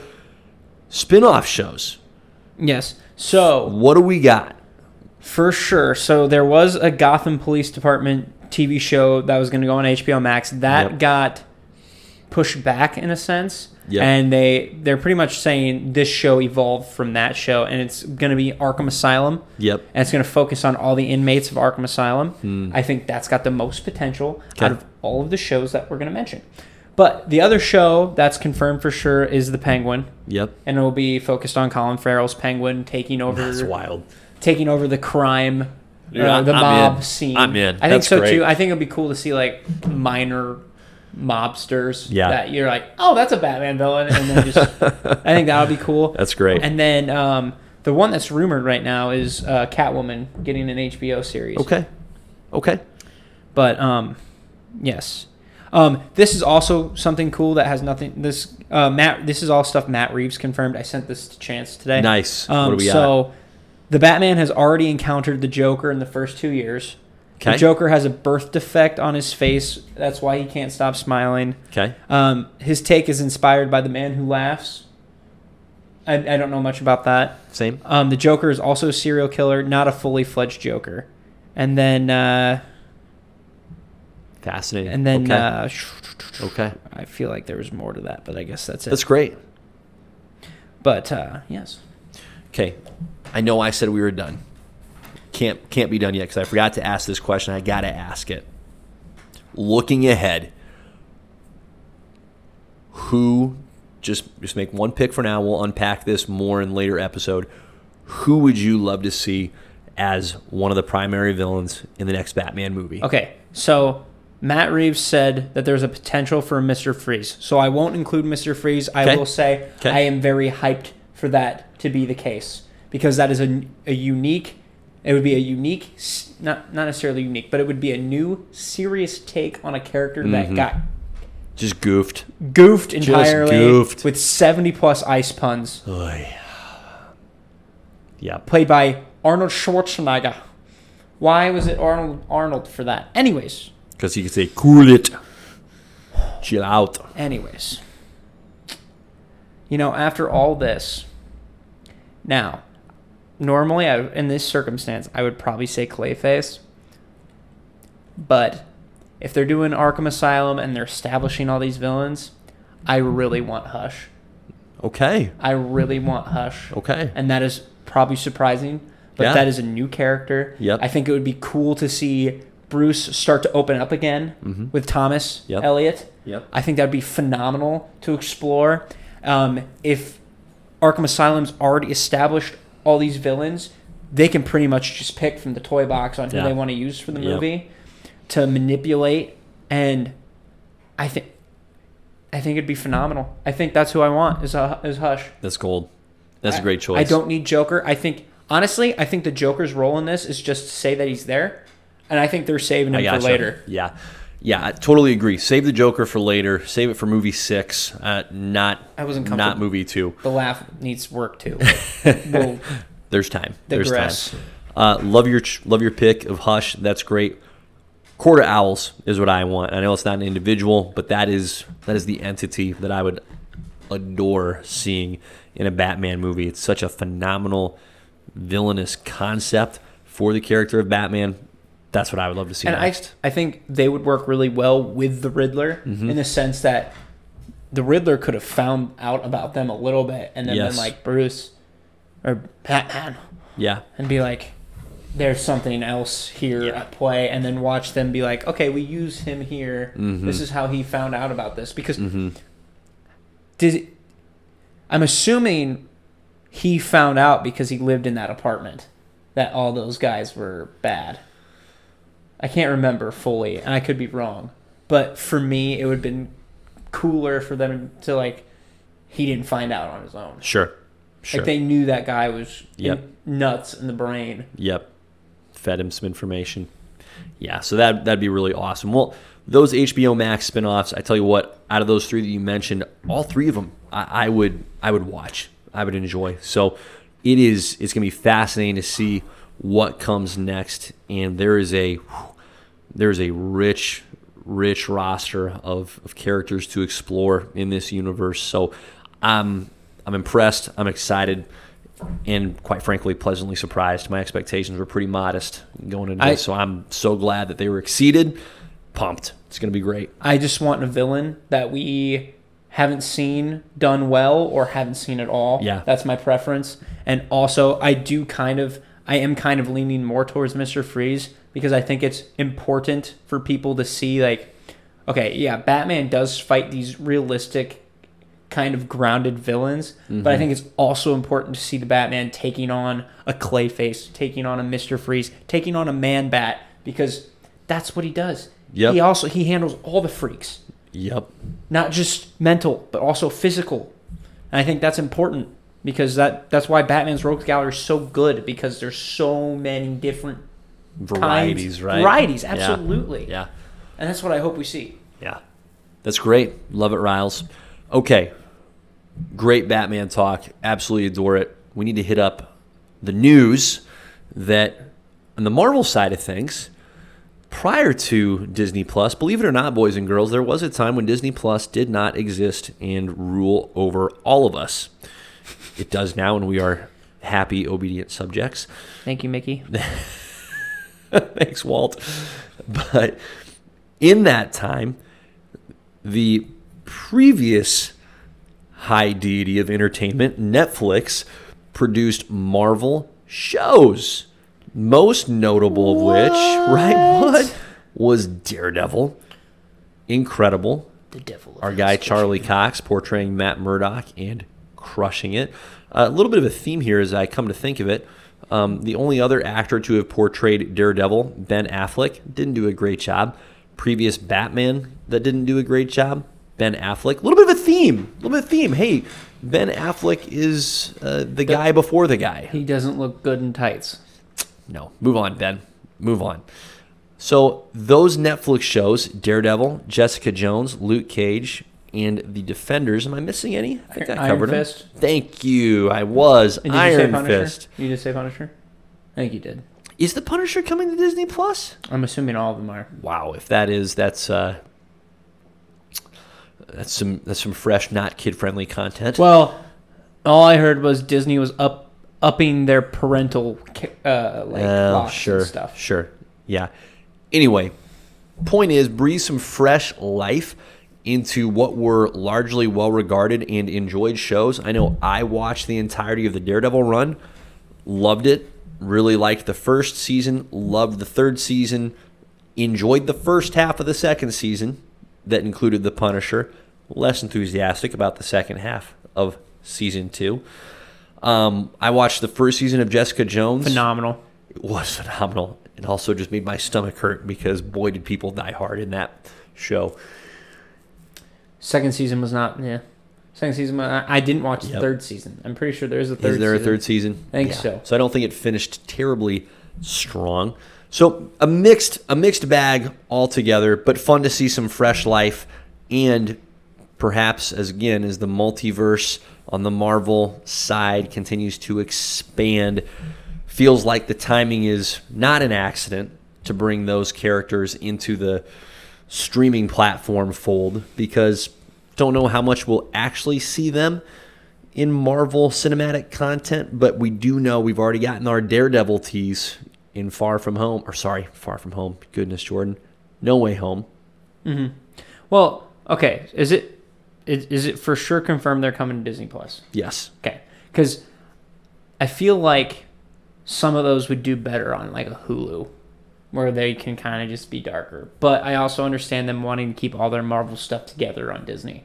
Speaker 2: spin-off shows.
Speaker 1: yes so
Speaker 2: What do we got?
Speaker 1: for sure so there was a gotham police department tv show that was going to go on hbo max that
Speaker 2: Yep.
Speaker 1: got pushed back in a sense.
Speaker 2: Yeah.
Speaker 1: And they they're pretty much saying this show evolved from that show and it's going to be Arkham Asylum.
Speaker 2: Yep.
Speaker 1: And it's going to focus on all the inmates of Arkham Asylum. I think that's got the most potential out
Speaker 2: Hmm. Okay.
Speaker 1: of all of the shows that we're going to mention. But the other show that's confirmed for sure is The Penguin.
Speaker 2: Yep.
Speaker 1: And it will be focused on Colin Farrell's Penguin taking over
Speaker 2: That's wild.
Speaker 1: taking over the crime,
Speaker 2: Dude,
Speaker 1: uh,
Speaker 2: I-
Speaker 1: the
Speaker 2: I'm
Speaker 1: mob
Speaker 2: in.
Speaker 1: scene.
Speaker 2: I'm in.
Speaker 1: I think
Speaker 2: That's
Speaker 1: so
Speaker 2: great.
Speaker 1: too. I think it'd be cool to see like minor mobsters.
Speaker 2: Yeah.
Speaker 1: That you're like, oh, that's a Batman villain, and then just I think that would be cool.
Speaker 2: That's great.
Speaker 1: And then um, the one that's rumored right now is uh, Catwoman getting an HBO series.
Speaker 2: Okay. Okay.
Speaker 1: But um, yes. Um, this is also something cool that has nothing. This uh, Matt. This is all stuff Matt Reeves confirmed. I sent this to Chance today.
Speaker 2: Nice.
Speaker 1: Um,
Speaker 2: what do we got?
Speaker 1: so the Batman has already encountered the Joker in the first two years.
Speaker 2: Okay.
Speaker 1: The Joker has a birth defect on his face. That's why he can't stop smiling.
Speaker 2: Okay.
Speaker 1: Um, his take is inspired by the man who laughs. I, I don't know much about that.
Speaker 2: Same.
Speaker 1: Um, the Joker is also a serial killer, not a fully fledged Joker. And then, uh,
Speaker 2: Fascinating.
Speaker 1: and then,
Speaker 2: okay.
Speaker 1: uh,
Speaker 2: okay.
Speaker 1: I feel like there was more to that, but I guess that's it.
Speaker 2: That's great.
Speaker 1: but uh, yes,
Speaker 2: Okay. I know I said we were done. Can't can't be done yet because I forgot to ask this question. I gotta ask it. Looking ahead, who just just make one pick for now. We'll unpack this more in later episode. Who would you love to see as one of the primary villains in the next Batman movie?
Speaker 1: Okay, so Matt Reeves said that there's a potential for a Mr. Freeze. So I won't include Mr. Freeze. I
Speaker 2: Okay.
Speaker 1: will say
Speaker 2: Okay.
Speaker 1: I am very hyped for that to be the case because that is a, a unique. It would be a unique, s- not not necessarily unique, but it would be a new, serious take on a character that
Speaker 2: Mm-hmm.
Speaker 1: got
Speaker 2: Just goofed.
Speaker 1: goofed entirely
Speaker 2: goofed.
Speaker 1: with 70 plus ice puns,
Speaker 2: Oy. Yeah.
Speaker 1: played by Arnold Schwarzenegger. Why was it Arnold Arnold for that? Anyways,
Speaker 2: Because he could say, cool it. Chill out.
Speaker 1: Anyways, you know, after all this, now, normally I, in this circumstance, I would probably say Clayface. But if they're doing Arkham Asylum and they're establishing all these villains, I really want Hush.
Speaker 2: Okay.
Speaker 1: I really want Hush.
Speaker 2: Okay.
Speaker 1: And that is probably surprising, but
Speaker 2: Yeah.
Speaker 1: that is a new character.
Speaker 2: Yep.
Speaker 1: I think it would be cool to see Bruce start to open up again with Thomas
Speaker 2: Mm-hmm. Yep.
Speaker 1: Elliot.
Speaker 2: Yep.
Speaker 1: I think that'd be phenomenal to explore. Um, if Arkham Asylum's already established all these villains, they can pretty much just pick from the toy box on who
Speaker 2: Yeah.
Speaker 1: they want to use for the
Speaker 2: Yep.
Speaker 1: movie to manipulate and I think I think it'd be phenomenal. I think that's who I want is uh, is Hush.
Speaker 2: That's gold. That's a
Speaker 1: I-
Speaker 2: great choice.
Speaker 1: I don't need Joker. I think honestly, I think the Joker's role in this is just to say that he's there, and I think they're saving him
Speaker 2: I
Speaker 1: for
Speaker 2: gotcha.
Speaker 1: later.
Speaker 2: Yeah. Yeah, I totally agree. Save the Joker for later. Save it for movie six. Uh, not
Speaker 1: I wasn't
Speaker 2: not
Speaker 1: comfortable.
Speaker 2: movie two.
Speaker 1: The laugh needs work too. We'll
Speaker 2: There's time. There's
Speaker 1: Digress.
Speaker 2: time. Uh, love your ch- love your pick of Hush. That's great. Quarter owls is what I want. I know it's not an individual, but that is that is the entity that I would adore seeing in a Batman movie. It's such a phenomenal villainous concept for the character of Batman. That's what I would love to see
Speaker 1: And I,
Speaker 2: next. Mm-hmm.
Speaker 1: I think they would work really well with the Riddler in the sense that the Riddler could have found out about them a little bit and then
Speaker 2: Yes.
Speaker 1: been like, Bruce or Batman,
Speaker 2: yeah.
Speaker 1: and be like, there's something else here
Speaker 2: Yeah.
Speaker 1: at play, and then watch them be like, okay, we use him here. This is how he found out about this. Because did I'm assuming he found out because he lived in that apartment that all those guys were bad. I can't remember fully, and I could be wrong. But for me, it would have been cooler for them to like he didn't find out on his own.
Speaker 2: Sure. Sure.
Speaker 1: Like they knew that guy was
Speaker 2: Yep.
Speaker 1: in- nuts in the brain.
Speaker 2: Yep. Fed him some information. Yeah, so that that'd be really awesome. Well, those HBO Max spin-offs, I tell you what, out of those three that you mentioned, all three of them I, I would I would watch. I would enjoy. So it is it's gonna be fascinating to see what comes next. And there is a there's a rich rich roster of, of characters to explore in this universe. So I'm I'm impressed. I'm excited and quite frankly pleasantly surprised. My expectations were pretty modest going into
Speaker 1: I-
Speaker 2: this, so I'm so glad that they were exceeded. Pumped. It's gonna be great.
Speaker 1: I just want a villain that we haven't seen done well or haven't seen at all.
Speaker 2: Yeah.
Speaker 1: That's my preference. And also, I do kind of, I am kind of leaning more towards Mr. Freeze because I think it's important for people to see, like, okay, yeah, Batman does fight these realistic, kind of grounded villains, but
Speaker 2: Mm-hmm.
Speaker 1: I think it's also important to see the Batman taking on a Clayface, taking on a Mr. Freeze, taking on a Man Bat because that's what he does.
Speaker 2: Yep.
Speaker 1: He also he handles all the freaks,
Speaker 2: Yep.
Speaker 1: not just mental but also physical, and I think that's important because that that's why Batman's Rogues Gallery is so good because there's so many different
Speaker 2: Varieties,
Speaker 1: kinds,
Speaker 2: right?
Speaker 1: Varieties,
Speaker 2: Yeah.
Speaker 1: absolutely,
Speaker 2: Yeah.
Speaker 1: and that's what I hope we see.
Speaker 2: Yeah. That's great. Love it, Riles. Okay. Great Batman talk. Absolutely adore it. We need to hit up the news that on the Marvel side of things, prior to Disney Plus, believe it or not, boys and girls, there was a time when Disney Plus did not exist and rule over all of us. It does now, and we are happy, obedient subjects.
Speaker 1: Thank you, Mickey.
Speaker 2: Thanks, Walt. But in that time, the previous high deity of entertainment, Netflix, produced Marvel shows. Most notable of which, right? What was Daredevil? Incredible.
Speaker 1: The devil.
Speaker 2: Our guy Charlie Cox portraying Matt Murdock and crushing it. A little bit of a theme here as I come to think of it. Um, the only other actor to have portrayed Daredevil, Ben Affleck, didn't do a great job. Previous Batman that didn't do a great job, Ben Affleck. A little bit of a theme. A little bit of a theme. Hey, Ben Affleck is uh, the guy before the guy.
Speaker 1: He doesn't look good in tights.
Speaker 2: No, move on, Ben. Move on. So those Netflix shows: Daredevil, Jessica Jones, Luke Cage, and The Defenders. Am I missing any? I think I
Speaker 1: Iron
Speaker 2: covered them.
Speaker 1: Fist.
Speaker 2: Thank you. I was
Speaker 1: And did you say
Speaker 2: Iron
Speaker 1: Punisher?
Speaker 2: Fist.
Speaker 1: You did say Punisher. I think you did.
Speaker 2: Is the Punisher coming to Disney Plus?
Speaker 1: I'm assuming all of them are.
Speaker 2: Wow, if that is, that's uh, that's some that's some fresh, not kid-friendly content.
Speaker 1: Well, all I heard was Disney was up upping their parental ca- uh, like
Speaker 2: Oh,
Speaker 1: locks
Speaker 2: sure,
Speaker 1: and stuff.
Speaker 2: Sure. Yeah. Anyway, point is breathe some fresh life into what were largely well regarded and enjoyed shows. I know I watched the entirety of the Daredevil run, loved it, really liked the first season, loved the third season, enjoyed the first half of the second season that included the Punisher, less enthusiastic about the second half of season 2. Um, I watched the first season of Jessica Jones
Speaker 1: Phenomenal.
Speaker 2: it was phenomenal. It also just made my stomach hurt because boy did people die hard in that show.
Speaker 1: Second season was not. Yeah. Second season. I I didn't watch the
Speaker 2: Yep.
Speaker 1: third season. I'm pretty sure there's a third.
Speaker 2: Is there
Speaker 1: season.
Speaker 2: a third season?
Speaker 1: I think so.
Speaker 2: So I don't think it finished terribly strong. So a mixed a mixed bag altogether, but fun to see some fresh life and perhaps as again as the multiverse on the Marvel side continues to expand, feels like the timing is not an accident. to bring those characters into the streaming platform fold because don't know how much we'll actually see them in Marvel cinematic content, but we do know we've already gotten our Daredevil tease in Far From Home, or sorry, Far From Home. Goodness, Jordan, No Way Home.
Speaker 1: Well, okay. Is it is, is it for sure confirmed they're coming to Disney Plus?
Speaker 2: Yes,
Speaker 1: Okay, because I feel like some of those would do better on like a Hulu, where they can kind of just be darker. But I also understand them wanting to keep all their Marvel stuff together on Disney.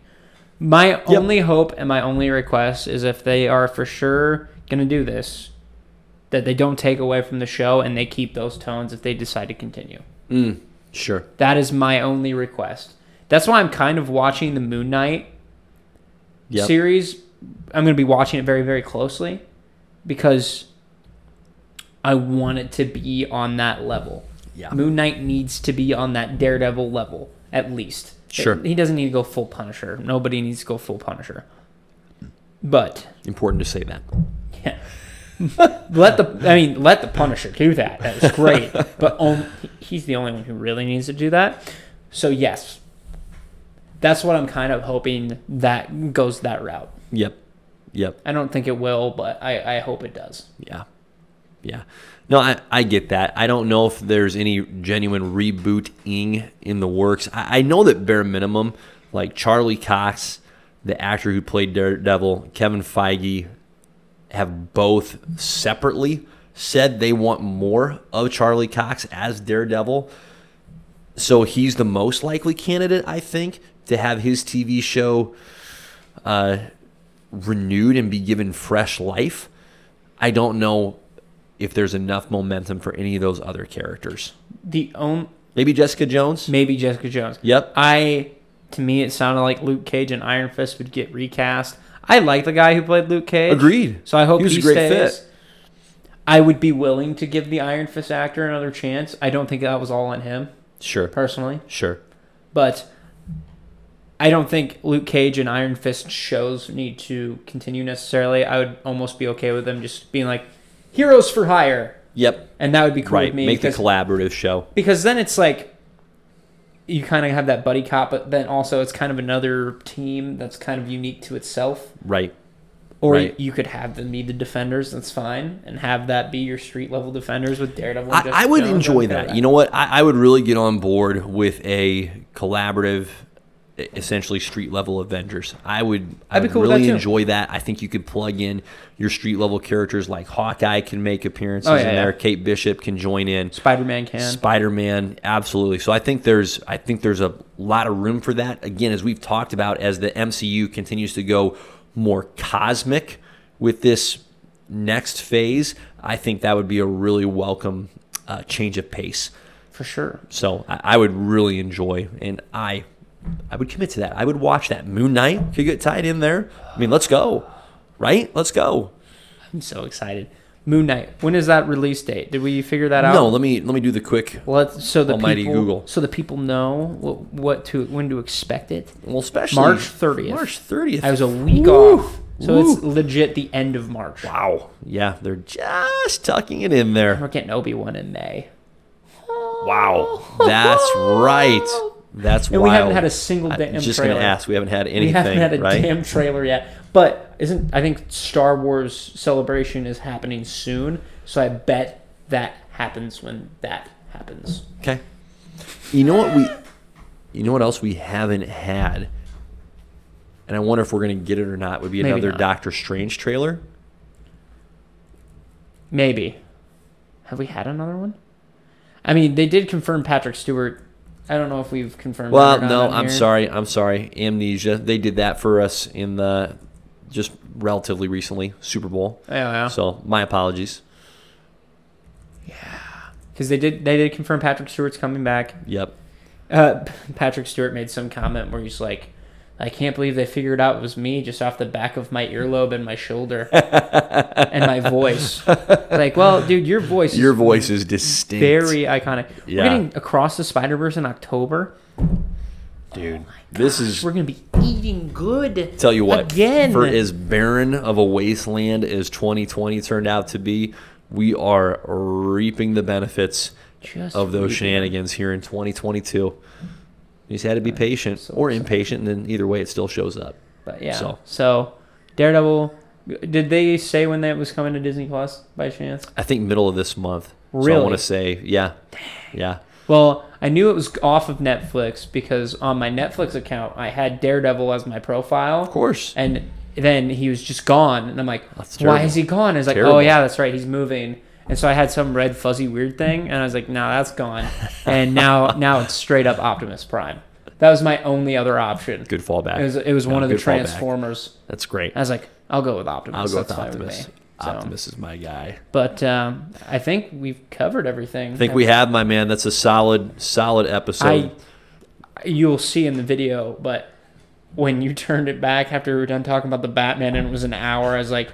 Speaker 1: My only hope and my only request is if they are for sure gonna do this, that they don't take away from the show and they keep those tones if they decide to continue.
Speaker 2: sure.
Speaker 1: That is my only request. That's why I'm kind of watching the Moon Knight
Speaker 2: Yep.
Speaker 1: series. I'm going to be watching it very, very closely because I want it to be on that level.
Speaker 2: Yeah.
Speaker 1: Moon Knight needs to be on that Daredevil level, at least.
Speaker 2: Sure.
Speaker 1: He doesn't need to go full Punisher. Nobody needs to go full Punisher. But
Speaker 2: Important to say that.
Speaker 1: yeah. let the I mean let the Punisher do that. That was great, but on, he's the only one who really needs to do that. So yes, that's what I'm kind of hoping that goes that route.
Speaker 2: Yep. Yep.
Speaker 1: I don't think it will, but I, I hope it does.
Speaker 2: Yeah. Yeah. No, I, I get that. I don't know if there's any genuine rebooting in the works. I, I know that bare minimum, like Charlie Cox, the actor who played Daredevil, Kevin Feige, have both separately said they want more of Charlie Cox as Daredevil. So he's the most likely candidate, I think, to have his TV show uh, renewed and be given fresh life. I don't know if there's enough momentum for any of those other characters.
Speaker 1: The only
Speaker 2: Maybe Jessica Jones.
Speaker 1: maybe Jessica Jones.
Speaker 2: Yep.
Speaker 1: I to me it sounded like Luke Cage and Iron Fist would get recast. I like the guy who played Luke Cage.
Speaker 2: Agreed.
Speaker 1: So I hope
Speaker 2: He
Speaker 1: he,
Speaker 2: was a great
Speaker 1: stays.
Speaker 2: fit.
Speaker 1: I would be willing to give the Iron Fist actor another chance. I don't think that was all on him
Speaker 2: Sure.
Speaker 1: personally,
Speaker 2: Sure.
Speaker 1: but I don't think Luke Cage and Iron Fist shows need to continue necessarily. I would almost be okay with them just being like heroes for hire,
Speaker 2: Yep.
Speaker 1: and that would be cool
Speaker 2: Right.
Speaker 1: with me
Speaker 2: Make the
Speaker 1: because
Speaker 2: collaborative show.
Speaker 1: because then it's like you kind of have that buddy cop, but then also it's kind of another team that's kind of unique to itself.
Speaker 2: Right.
Speaker 1: Or
Speaker 2: Right.
Speaker 1: you could have them be the defenders. That's fine, and have that be your street level defenders with Daredevil. and
Speaker 2: I, I
Speaker 1: Jessica
Speaker 2: would
Speaker 1: Jones.
Speaker 2: enjoy
Speaker 1: I'm good with
Speaker 2: that. You know what? I, I would really get on board with a collaborative, e- essentially street level Avengers. I would. I
Speaker 1: I'd be
Speaker 2: would
Speaker 1: cool with
Speaker 2: really
Speaker 1: that, too.
Speaker 2: enjoy that. I think you could plug in your street level characters like Hawkeye can make appearances
Speaker 1: Oh, yeah,
Speaker 2: in
Speaker 1: yeah.
Speaker 2: there. Kate Bishop can join in.
Speaker 1: Spider-Man can.
Speaker 2: Spider-Man, absolutely. So I think there's I think there's a lot of room for that. Again, as we've talked about, as the MCU continues to go more cosmic with this next phase, I think that would be a really welcome uh, change of pace.
Speaker 1: for sure.
Speaker 2: So I, I would really enjoy, and I I would commit to that. I would watch that. Moon Knight could get tied in there. I mean, let's go, right? Let's go.
Speaker 1: I'm so excited. Moon Knight. When is that release date? Did we figure that out?
Speaker 2: No, let me let me do the quick
Speaker 1: Let's, so the
Speaker 2: Almighty
Speaker 1: people,
Speaker 2: Google.
Speaker 1: So the people know what, what to when to expect it.
Speaker 2: well, especially
Speaker 1: March 30th.
Speaker 2: March thirtieth.
Speaker 1: I was a week
Speaker 2: Woo!
Speaker 1: off, so it's legit the end of March.
Speaker 2: Wow. Yeah, they're just tucking it in there.
Speaker 1: We're getting Obi Wan in May,
Speaker 2: Wow. That's right. That's
Speaker 1: and
Speaker 2: wild.
Speaker 1: we haven't had a single damn
Speaker 2: I'm just
Speaker 1: trailer.
Speaker 2: gonna ask. We haven't had anything,
Speaker 1: we haven't had a
Speaker 2: right?
Speaker 1: damn trailer yet. But isn't I think Star Wars Celebration is happening soon, so I bet that happens when that happens.
Speaker 2: Okay. You know what we? You know what else we haven't had? And I wonder if we're gonna get it or not. Would be
Speaker 1: Maybe
Speaker 2: another
Speaker 1: not.
Speaker 2: Doctor Strange trailer.
Speaker 1: Maybe. Have we had another one? I mean, they did confirm Patrick Stewart. I don't know if we've confirmed.
Speaker 2: Well,
Speaker 1: it or not
Speaker 2: no,
Speaker 1: on
Speaker 2: I'm
Speaker 1: here.
Speaker 2: sorry. I'm sorry. Amnesia. They did that for us in the just relatively recently Super Bowl.
Speaker 1: Yeah, yeah.
Speaker 2: So my apologies.
Speaker 1: Because they did, they did confirm Patrick Stewart's coming back.
Speaker 2: Yep.
Speaker 1: Uh, Patrick Stewart made some comment where he's like, "I can't believe they figured out it was me just off the back of my earlobe and my shoulder and my voice." Like, well, dude, your voice,
Speaker 2: Your
Speaker 1: is
Speaker 2: voice is distinct.
Speaker 1: very iconic.
Speaker 2: Yeah.
Speaker 1: We're getting across the Spider Verse in October. Oh
Speaker 2: dude. this is
Speaker 1: We're gonna be eating good.
Speaker 2: tell you what.
Speaker 1: again.
Speaker 2: for as barren of a wasteland as 2020 turned out to be, we are reaping the benefits
Speaker 1: Just
Speaker 2: of those
Speaker 1: reading.
Speaker 2: shenanigans here in 2022. You just had to be patient
Speaker 1: so
Speaker 2: or
Speaker 1: excited.
Speaker 2: impatient, and then either way, it still shows up.
Speaker 1: But yeah.
Speaker 2: So.
Speaker 1: So. Daredevil. Did they say when that was coming to Disney Plus by chance?
Speaker 2: I think middle of this month. So I
Speaker 1: Really?
Speaker 2: want to say, yeah, yeah.
Speaker 1: Well, I knew it was off of Netflix because on my Netflix account I had Daredevil as my profile.
Speaker 2: Of course.
Speaker 1: And then he was just gone, and I'm like,
Speaker 2: That's
Speaker 1: why
Speaker 2: terrible.
Speaker 1: is he gone? It's like, oh
Speaker 2: Terrible.
Speaker 1: yeah, that's right, he's moving. And so I had some red fuzzy weird thing, and I was like, nah, that's gone. And now now it's straight up Optimus Prime. That was my only other option.
Speaker 2: Good fallback.
Speaker 1: It was it was
Speaker 2: Yeah,
Speaker 1: one of the
Speaker 2: good fallback.
Speaker 1: Transformers.
Speaker 2: That's great.
Speaker 1: I was like, I'll go with Optimus.
Speaker 2: I'll go with
Speaker 1: That's fine
Speaker 2: Optimus.
Speaker 1: me. So,
Speaker 2: Optimus is my guy.
Speaker 1: But um, I think we've covered everything.
Speaker 2: I think we have my man. That's a solid, solid episode.
Speaker 1: I you'll see in the video, but when you turned it back after we were done talking about the Batman and it was an hour, I was like,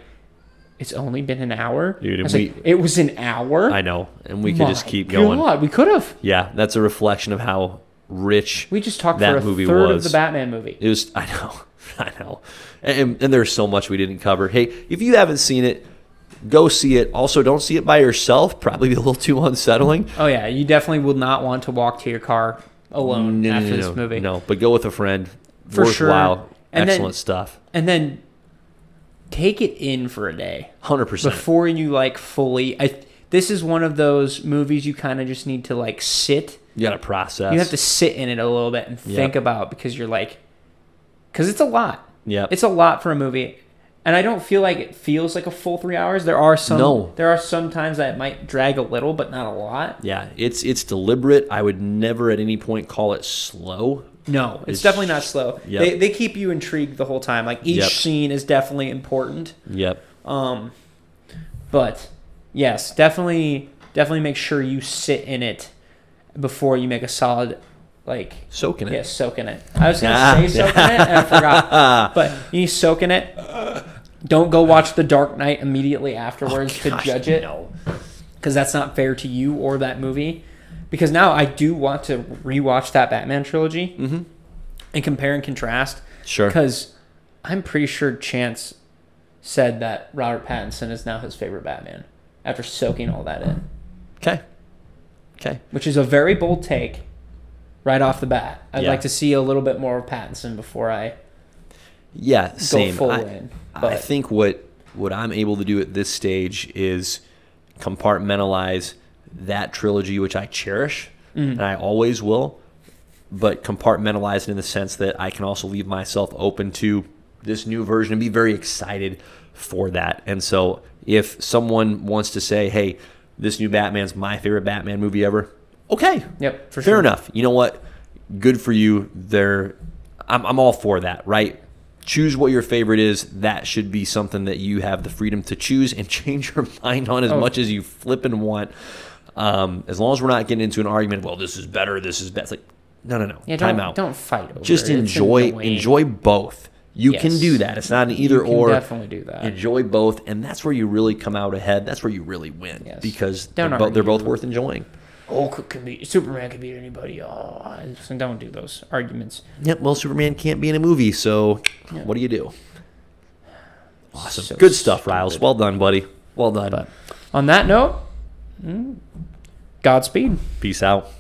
Speaker 1: it's only been an hour.
Speaker 2: Dude,
Speaker 1: I was
Speaker 2: we-
Speaker 1: like, it was an hour.
Speaker 2: I know, and we could just
Speaker 1: My
Speaker 2: keep going.
Speaker 1: God, we could have.
Speaker 2: Yeah, that's a reflection of how rich
Speaker 1: We just talked
Speaker 2: That
Speaker 1: for a
Speaker 2: movie
Speaker 1: third
Speaker 2: was.
Speaker 1: of the Batman movie.
Speaker 2: It was. I know. I know. And, and there's so much we didn't cover. Hey, if you haven't seen it, go see it. Also, don't see it by yourself. Probably be a little too unsettling.
Speaker 1: Oh yeah, you definitely will not want to walk to your car alone
Speaker 2: No, no,
Speaker 1: after
Speaker 2: no,
Speaker 1: this
Speaker 2: no,
Speaker 1: movie.
Speaker 2: No, but go with a friend.
Speaker 1: For sure.
Speaker 2: Worthwhile.
Speaker 1: And then-
Speaker 2: Excellent stuff.
Speaker 1: And then take it in for a day.
Speaker 2: Hundred percent.
Speaker 1: before you like fully I this is one of those movies you kind of just need to like sit.
Speaker 2: You got to process.
Speaker 1: You have to sit in it a little bit and think about because you're like cuz it's a lot.
Speaker 2: Yep.
Speaker 1: It's a lot for a movie. And I don't feel like it feels like a full 3 hours. There are some
Speaker 2: No.
Speaker 1: there are some times that it might drag a little but not a lot.
Speaker 2: yeah, it's it's deliberate. I would never at any point call it slow.
Speaker 1: No, it's,
Speaker 2: It's-
Speaker 1: definitely not slow.
Speaker 2: Yep.
Speaker 1: They they keep you intrigued the whole time. Like each
Speaker 2: Yep.
Speaker 1: scene is definitely important.
Speaker 2: Yep.
Speaker 1: Um, but yes, definitely, definitely make sure you sit in it before you make a solid, like,
Speaker 2: Soaking it.
Speaker 1: yeah, soak in it. I was gonna
Speaker 2: Ah.
Speaker 1: say soak in it, and I forgot. But you soak in it. Don't go watch The Dark Knight immediately afterwards
Speaker 2: Oh, gosh,
Speaker 1: to judge it,
Speaker 2: No.
Speaker 1: because that's not fair to you or that movie. Because now I do want to rewatch that Batman trilogy and compare and contrast.
Speaker 2: Mm-hmm. Sure.
Speaker 1: Because I'm pretty sure Chance said that Robert Pattinson is now his favorite Batman after soaking all that in,
Speaker 2: Okay. Okay.
Speaker 1: which is a very bold take right off the bat. I'd
Speaker 2: Yeah.
Speaker 1: like to see a little bit more of Pattinson before I
Speaker 2: Yeah. Same.
Speaker 1: go full
Speaker 2: I-
Speaker 1: in.
Speaker 2: I
Speaker 1: But
Speaker 2: think what what I'm able to do at this stage is compartmentalize that trilogy, which I cherish
Speaker 1: Mm-hmm.
Speaker 2: and I always will, but compartmentalize it in the sense that I can also leave myself open to this new version and be very excited for that. And so, if someone wants to say, "Hey, this new Batman's my favorite Batman movie ever," okay,
Speaker 1: yep, for
Speaker 2: fair
Speaker 1: sure.
Speaker 2: enough. You know what? Good for you. There, I'm, I'm all for that, right? Choose what your favorite is. That should be something that you have the freedom to choose and change your mind on as
Speaker 1: Oh.
Speaker 2: much as you flip and want. Um, as long as we're not getting into an argument, well, this is better, this is best. It's like, no, no, no.
Speaker 1: Yeah, don't
Speaker 2: Time out.
Speaker 1: don't fight over
Speaker 2: Just
Speaker 1: it. It's
Speaker 2: enjoy
Speaker 1: annoying.
Speaker 2: enjoy both. You can
Speaker 1: Yes.
Speaker 2: do that. It's not an either
Speaker 1: You can
Speaker 2: or.
Speaker 1: definitely do that.
Speaker 2: Enjoy both, and that's where you really come out ahead. That's where you really win
Speaker 1: Yes.
Speaker 2: because
Speaker 1: Don't
Speaker 2: they're, bo- they're
Speaker 1: argue.
Speaker 2: both worth enjoying.
Speaker 1: Oh, could, could be Superman could beat anybody. Oh, I- so don't do those arguments.
Speaker 2: Yep. Well, Superman can't be in a movie, so what do you do? Awesome.
Speaker 1: So
Speaker 2: Good stuff, Riles.
Speaker 1: stupid.
Speaker 2: Well done, buddy. Well done.
Speaker 1: But on that note, mm, Godspeed.
Speaker 2: Peace out.